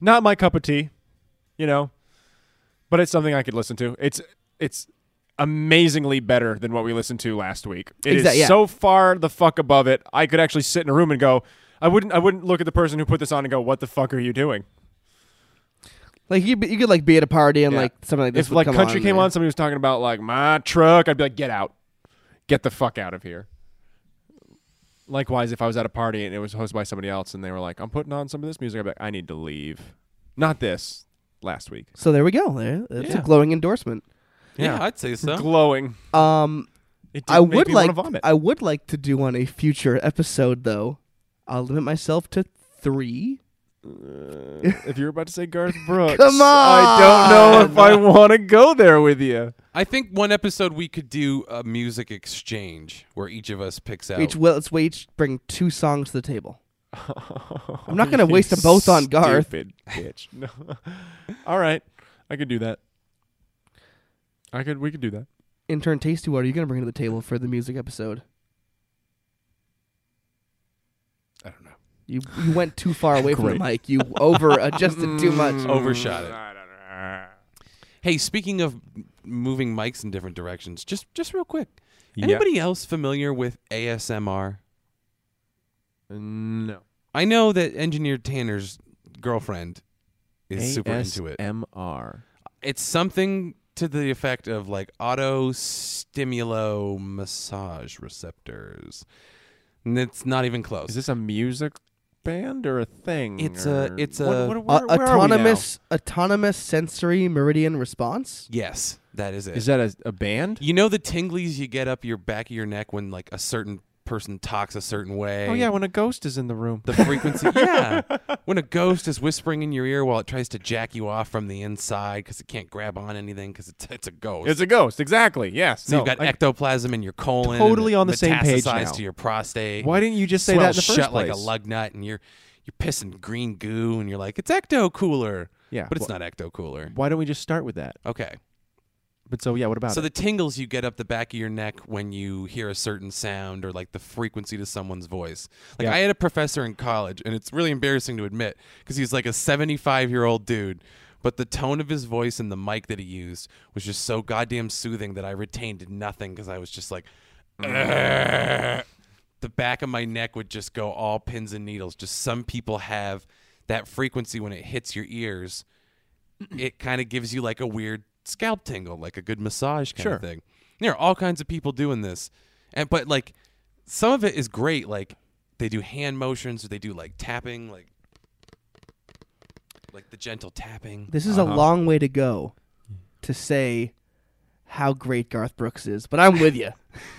Speaker 3: Not my cup of tea, you know, but it's something I could listen to. It's it's amazingly better than what we listened to last week. It is
Speaker 2: Exact- yeah.
Speaker 3: so far the fuck above it. I could actually sit in a room and go, I wouldn't I wouldn't look at the person who put this on and go, "What the fuck are you doing?"
Speaker 2: Like you, you could like be at a party and
Speaker 3: Yeah.
Speaker 2: like something like this.
Speaker 3: if
Speaker 2: would
Speaker 3: like
Speaker 2: come
Speaker 3: country
Speaker 2: on
Speaker 3: came
Speaker 2: there.
Speaker 3: on, somebody was talking about like my truck, I'd be like, get out, get the fuck out of here. Likewise, if I was at a party and it was hosted by somebody else, and they were like, I'm putting on some of this music, I'd be like, I need to leave. Not this last week.
Speaker 2: So there we go. There, that's a
Speaker 4: Yeah.
Speaker 2: glowing endorsement.
Speaker 4: Yeah, I'd say so.
Speaker 3: Glowing.
Speaker 2: Um,
Speaker 3: It did
Speaker 2: I
Speaker 3: make
Speaker 2: would
Speaker 3: me
Speaker 2: like
Speaker 3: wanna vomit.
Speaker 2: I would like to do on a future episode though. I'll limit myself to three.
Speaker 3: if you're about to say Garth Brooks,
Speaker 2: Come
Speaker 3: I don't know if I want to go there with you.
Speaker 4: I think one episode we could do a music exchange where each of us picks
Speaker 3: Oh.
Speaker 4: out.
Speaker 2: Each well, let's we each bring two songs to the table. I'm not gonna waste them both on Garth.
Speaker 3: Stupid bitch. No. All right, I could do that. I could. We could do that.
Speaker 2: Intern Tasty, what are you gonna bring to the table for the music episode?
Speaker 4: I don't know.
Speaker 2: You you went too far away from the mic. You over adjusted too much.
Speaker 4: Overshot it. Hey, speaking of m- moving mics in different directions, just just real quick. Anybody else familiar with ASMR?
Speaker 3: No.
Speaker 4: I know that engineer Tanner's girlfriend is super into it.
Speaker 3: MR.
Speaker 4: It's something to the effect of like auto stimulo massage receptors. And it's not even close.
Speaker 3: Is this a music band or a thing?
Speaker 4: It's a-
Speaker 3: or-
Speaker 4: it's
Speaker 3: What-
Speaker 4: a-
Speaker 3: what-
Speaker 2: Uh,
Speaker 3: where- where are we now?
Speaker 2: autonomous autonomous sensory meridian response.
Speaker 4: yes, that is it.
Speaker 3: Is that a, a band?
Speaker 4: you know the tinglies you get up your back of your neck when like a certain person talks a certain way?
Speaker 3: Oh yeah, when a ghost is in the room.
Speaker 4: the frequency. yeah. When a ghost is whispering in your ear while it tries to jack you off from the inside because it can't grab on anything because it's, it's a ghost.
Speaker 3: It's a ghost. Exactly. Yes.
Speaker 4: so
Speaker 3: no,
Speaker 4: you've got
Speaker 3: I-
Speaker 4: ectoplasm in your colon.
Speaker 3: Totally
Speaker 4: and it
Speaker 3: on the same page
Speaker 4: metastasized
Speaker 3: now.
Speaker 4: to your prostate.
Speaker 3: Why didn't you just say that in the
Speaker 4: Swells
Speaker 3: first
Speaker 4: shut like a
Speaker 3: place?
Speaker 4: lug nut and you're, you're pissing green goo and you're like, it's ecto cooler.
Speaker 3: Yeah,
Speaker 4: But it's
Speaker 3: well-
Speaker 4: not ecto cooler.
Speaker 3: Why don't we just start with that?
Speaker 4: Okay.
Speaker 3: But so yeah, what about
Speaker 4: So
Speaker 3: it?
Speaker 4: the tingles you get up the back of your neck when you hear a certain sound or like the frequency to someone's voice. Like
Speaker 3: Yeah.
Speaker 4: I had a professor in college, and it's really embarrassing to admit because he's like a 75 year old dude, but the tone of his voice and the mic that he used was just so goddamn soothing that I retained nothing because I was just like. "Ugh." The back of my neck would just go all pins and needles. Just some people have that frequency when it hits your ears it kind of gives you like a weird scalp tingle, like a good massage kind
Speaker 3: Sure.
Speaker 4: of thing. There are all kinds of people doing this, and but like some of it is great. Like they do hand motions, or they do like tapping, like like the gentle tapping.
Speaker 2: This is a long way to go to say how great Garth Brooks is, but I'm with you.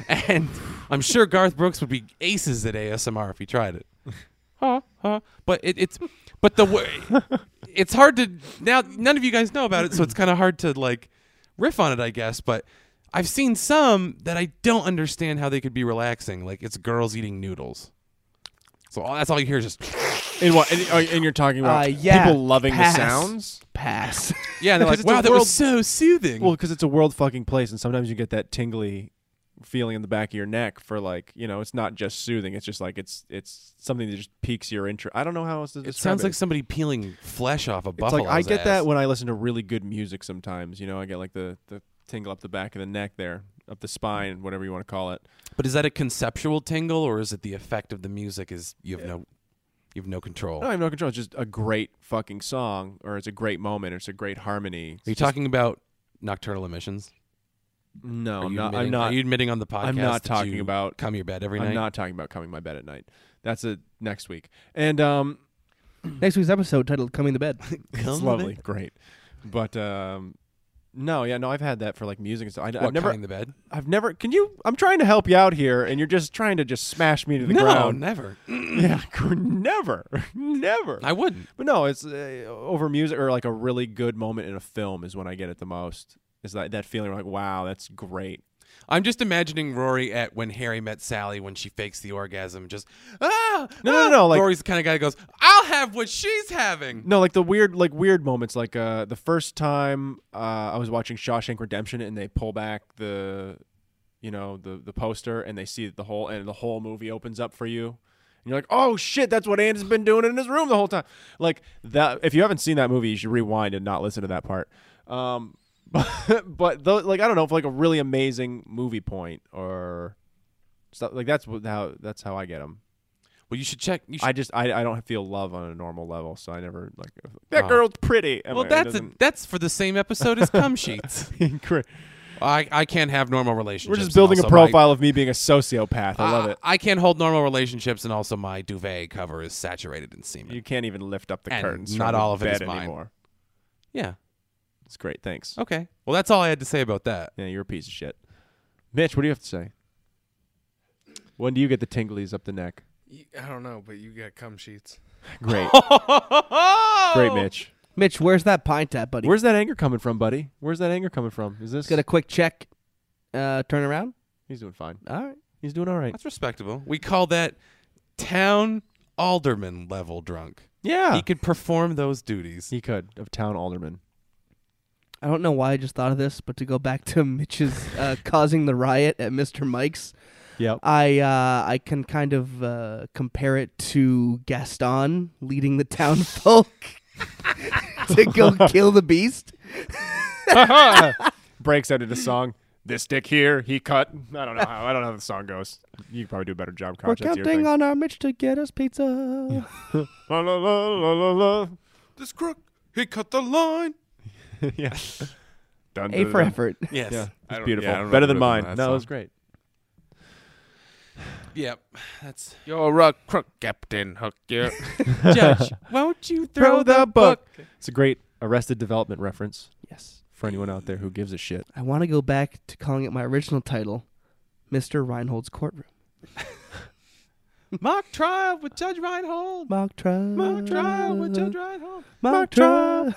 Speaker 4: And I'm sure Garth Brooks would be aces at ASMR if he tried it. Huh, huh. But it, it's but the way it's hard to now. None of you guys know about it, so it's kind of hard to like riff on it, I guess. But I've seen some that I don't understand how they could be relaxing. Like it's girls eating noodles. So all, that's all you hear is just
Speaker 3: and what? And, oh, and you're talking about
Speaker 2: Uh, yeah,
Speaker 3: people loving
Speaker 2: pass.
Speaker 3: the sounds.
Speaker 2: Pass.
Speaker 4: yeah. And
Speaker 3: Because
Speaker 4: they're like,
Speaker 3: it's a
Speaker 4: wow, that
Speaker 3: world-
Speaker 4: was so soothing.
Speaker 3: Well, because it's a world fucking place, and sometimes you get that tingly feeling in the back of your neck for like you know, it's not just soothing. It's just like it's it's something that just piques your interest. I don't know how else to
Speaker 4: it
Speaker 3: describe
Speaker 4: sounds like somebody peeling flesh off a
Speaker 3: it's
Speaker 4: buffalo's
Speaker 3: like I get
Speaker 4: ass.
Speaker 3: that when I listen to really good music. Sometimes you know, I get like the the tingle up the back of the neck there. up the spine, whatever you want to call it.
Speaker 4: But is that a conceptual tingle, or is it the effect of the music? Is you have no, you have no control.
Speaker 3: I don't have no control. It's just a great fucking song, or it's a great moment, or it's a great harmony.
Speaker 4: Are you talking about nocturnal emissions?
Speaker 3: No,
Speaker 4: Are
Speaker 3: I'm
Speaker 4: you
Speaker 3: not.
Speaker 4: admitting-
Speaker 3: I'm not.
Speaker 4: Are you admitting on the podcast?
Speaker 3: I'm not
Speaker 4: that
Speaker 3: talking
Speaker 4: you
Speaker 3: about-
Speaker 4: come your bed every night.
Speaker 3: I'm not talking about coming to my bed at night. That's a next week, and um,
Speaker 2: Next week's episode titled "Coming to Bed."
Speaker 3: it's lovely, great. But um, no, yeah, no, I've had that for like music and stuff. I,
Speaker 4: What,
Speaker 3: have never,
Speaker 4: coming to bed?
Speaker 3: I've never. Can you? I'm trying to help you out here, and you're just trying to just smash me to the
Speaker 4: no,
Speaker 3: ground.
Speaker 4: never.
Speaker 3: yeah, never, never.
Speaker 4: I wouldn't.
Speaker 3: But no, it's uh, over music or like a really good moment in a film is when I get it the most. Is that that feeling like wow, that's great.
Speaker 4: I'm just imagining Rory at when Harry met Sally when she fakes the orgasm. Just ah,
Speaker 3: No, no,
Speaker 4: ah."
Speaker 3: no, like-
Speaker 4: Rory's the kind of guy that goes, "I'll have what she's having."
Speaker 3: No, like the weird, like weird moments. Like uh, the first time uh, I was watching Shawshank Redemption, and they pull back the, you know, the the poster, and they see the whole, and the whole movie opens up for you, and you're like, oh shit, that's what Andy's been doing in his room the whole time. Like that. If you haven't seen that movie, you should rewind and not listen to that part. Um, but but tho- like I don't know, if like a really amazing movie point or stuff like that's wh- how that's how I get them.
Speaker 4: Well, you should check. You should
Speaker 3: I just I, I don't feel love on a normal level, so I never like uh, that
Speaker 4: Oh.
Speaker 3: girl's pretty. I'm
Speaker 4: Well,
Speaker 3: like, it
Speaker 4: that's a,
Speaker 3: doesn't-
Speaker 4: that's for the same episode as cum sheets.
Speaker 3: Great.
Speaker 4: I, I can't have normal relationships.
Speaker 3: We're just
Speaker 4: and
Speaker 3: building a
Speaker 4: also Uh, my-
Speaker 3: profile of me being a sociopath. I love it.
Speaker 4: I can't hold normal relationships, and also my duvet cover is saturated in semen.
Speaker 3: You can't even lift up the
Speaker 4: And
Speaker 3: curtains.
Speaker 4: not
Speaker 3: from the
Speaker 4: all of it
Speaker 3: bed
Speaker 4: is mine. Oh.
Speaker 3: anymore.
Speaker 4: yeah.
Speaker 3: It's great. Thanks.
Speaker 4: Okay. Well, that's all I had to say about that.
Speaker 3: Yeah, you're a piece of shit. Mitch, what do you have to say? When do you get the tinglies up the neck?
Speaker 1: I don't know, but you got cum sheets.
Speaker 3: Great.
Speaker 4: Oh.
Speaker 3: great, Mitch.
Speaker 2: Mitch, where's that pint at, buddy?
Speaker 3: Where's that anger coming from, buddy? Where's that anger coming from? Is this?
Speaker 2: Let's get a quick check. Uh, turn around.
Speaker 3: He's doing fine.
Speaker 2: All right.
Speaker 3: He's doing all right.
Speaker 4: That's respectable. We call that town alderman level drunk.
Speaker 3: Yeah,
Speaker 4: He could perform those duties.
Speaker 3: He could of town alderman.
Speaker 2: I don't know why I just thought of this, but to go back to Mitch's uh, causing the riot at Mr. Mike's,
Speaker 3: Yep.
Speaker 2: I uh, I can kind of uh, compare it to Gaston leading the town folk to go kill the beast.
Speaker 3: breaks out into song. This dick here, he cut. I don't know how. I don't know how the song goes. You could probably do a better job. Koch.
Speaker 2: We're
Speaker 3: That's your thing.
Speaker 2: counting on our Mitch to get us pizza.
Speaker 3: La, la, la, la, la, la.
Speaker 1: This crook, he cut the line.
Speaker 3: yeah. Dun,
Speaker 2: A
Speaker 3: dun,
Speaker 2: for
Speaker 3: dun.
Speaker 2: effort.
Speaker 4: Yes.
Speaker 3: Yeah,
Speaker 1: I
Speaker 3: it's
Speaker 1: don't-
Speaker 3: beautiful.
Speaker 1: yeah, I don't know
Speaker 3: Better
Speaker 1: if
Speaker 3: than
Speaker 1: I know
Speaker 3: mine.
Speaker 1: that
Speaker 3: No, it
Speaker 1: song.
Speaker 3: was great.
Speaker 4: Yep. That's
Speaker 1: You're a crook, Captain Hook. Yeah.
Speaker 4: Judge. won't you throw the
Speaker 3: book. It's a great Arrested Development reference
Speaker 2: Yes.
Speaker 3: for anyone out there who gives a shit.
Speaker 2: I want to go back to calling it my original title, Mr. Reinhold's Courtroom.
Speaker 4: mock trial with Judge Reinhold?
Speaker 2: Mock trial.
Speaker 4: Mock trial with Judge Reinhold.
Speaker 2: Mock trial.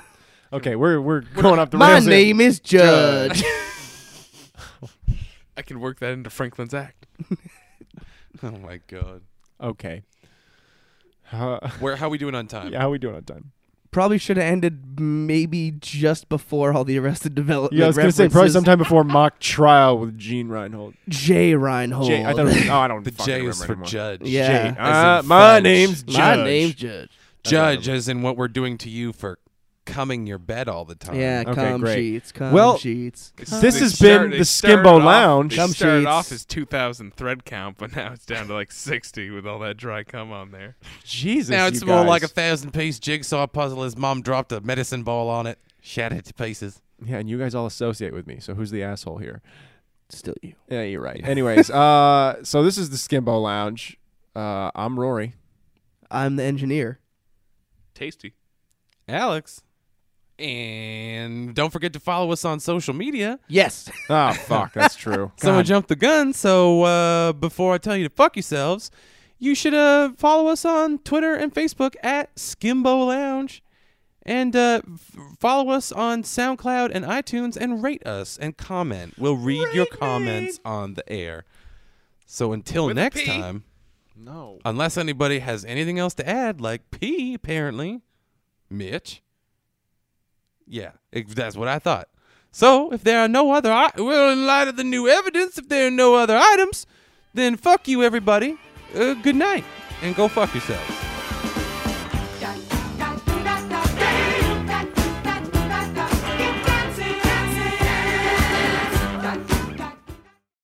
Speaker 3: Okay, we're we're going up the
Speaker 2: My
Speaker 3: rails. here.
Speaker 2: name is Judge.
Speaker 1: I can work that into Franklin's act.
Speaker 4: Oh my god.
Speaker 3: Okay. Uh,
Speaker 4: Where? How we doing on time?
Speaker 3: yeah, how we doing on time?
Speaker 2: probably should have ended maybe just before all the Arrested Development.
Speaker 3: Yeah, I was gonna say probably
Speaker 2: references.
Speaker 3: sometime before mock trial with Gene Reinhold.
Speaker 2: J. Reinhold.
Speaker 3: Jay, I thought it was, oh, I don't.
Speaker 4: The
Speaker 3: fucking
Speaker 4: J is
Speaker 3: remember
Speaker 4: for
Speaker 3: anymore.
Speaker 4: judge.
Speaker 2: Yeah.
Speaker 4: As in
Speaker 3: Uh, my
Speaker 4: fudge.
Speaker 3: name's Judge.
Speaker 2: My name's Judge.
Speaker 4: judge, as in what we're doing to you for coming your bed all the time.
Speaker 2: Yeah,
Speaker 3: Okay,
Speaker 2: cum
Speaker 3: great.
Speaker 2: sheets, cum
Speaker 3: Well-
Speaker 2: sheets.
Speaker 3: This
Speaker 1: They
Speaker 3: has
Speaker 1: start-
Speaker 3: been
Speaker 1: they
Speaker 3: the
Speaker 1: started
Speaker 3: Skimbo
Speaker 1: off-
Speaker 3: Lounge.
Speaker 1: They
Speaker 2: Cum
Speaker 1: started off
Speaker 2: sheets.
Speaker 1: as 2,000 thread count, but now it's down to like 60 with all that dry cum on there.
Speaker 3: Jesus,
Speaker 4: Now
Speaker 3: you
Speaker 4: it's more like a
Speaker 3: guys.
Speaker 4: thousand piece jigsaw puzzle. His mom dropped a medicine ball on it, shattered it to pieces.
Speaker 3: yeah, and you guys all associate with me. So who's the asshole here?
Speaker 2: Still you.
Speaker 3: Yeah, you're right. Anyways, uh, so this is the Skimbo Lounge. Uh, I'm Rory.
Speaker 2: I'm the engineer.
Speaker 1: Tasty.
Speaker 4: Alex. And don't forget to follow us on social media.
Speaker 2: Yes.
Speaker 3: Oh fuck, that's true.
Speaker 4: Someone
Speaker 3: God.
Speaker 4: jumped the gun, so uh, before I tell you to fuck yourselves, you should uh, follow us on Twitter and Facebook at Skimbo Lounge. And uh, f- follow us on SoundCloud and iTunes and rate us and comment. We'll read your comments on the air. So until
Speaker 1: a
Speaker 4: next
Speaker 1: P.
Speaker 4: time,
Speaker 3: no.
Speaker 4: unless anybody has anything else to add, like P apparently, Mitch. Yeah, it, that's what I thought. So if there are no other, I- well, in light of the new evidence, if there are no other items, then fuck you, everybody. Uh, good night, and go fuck yourselves.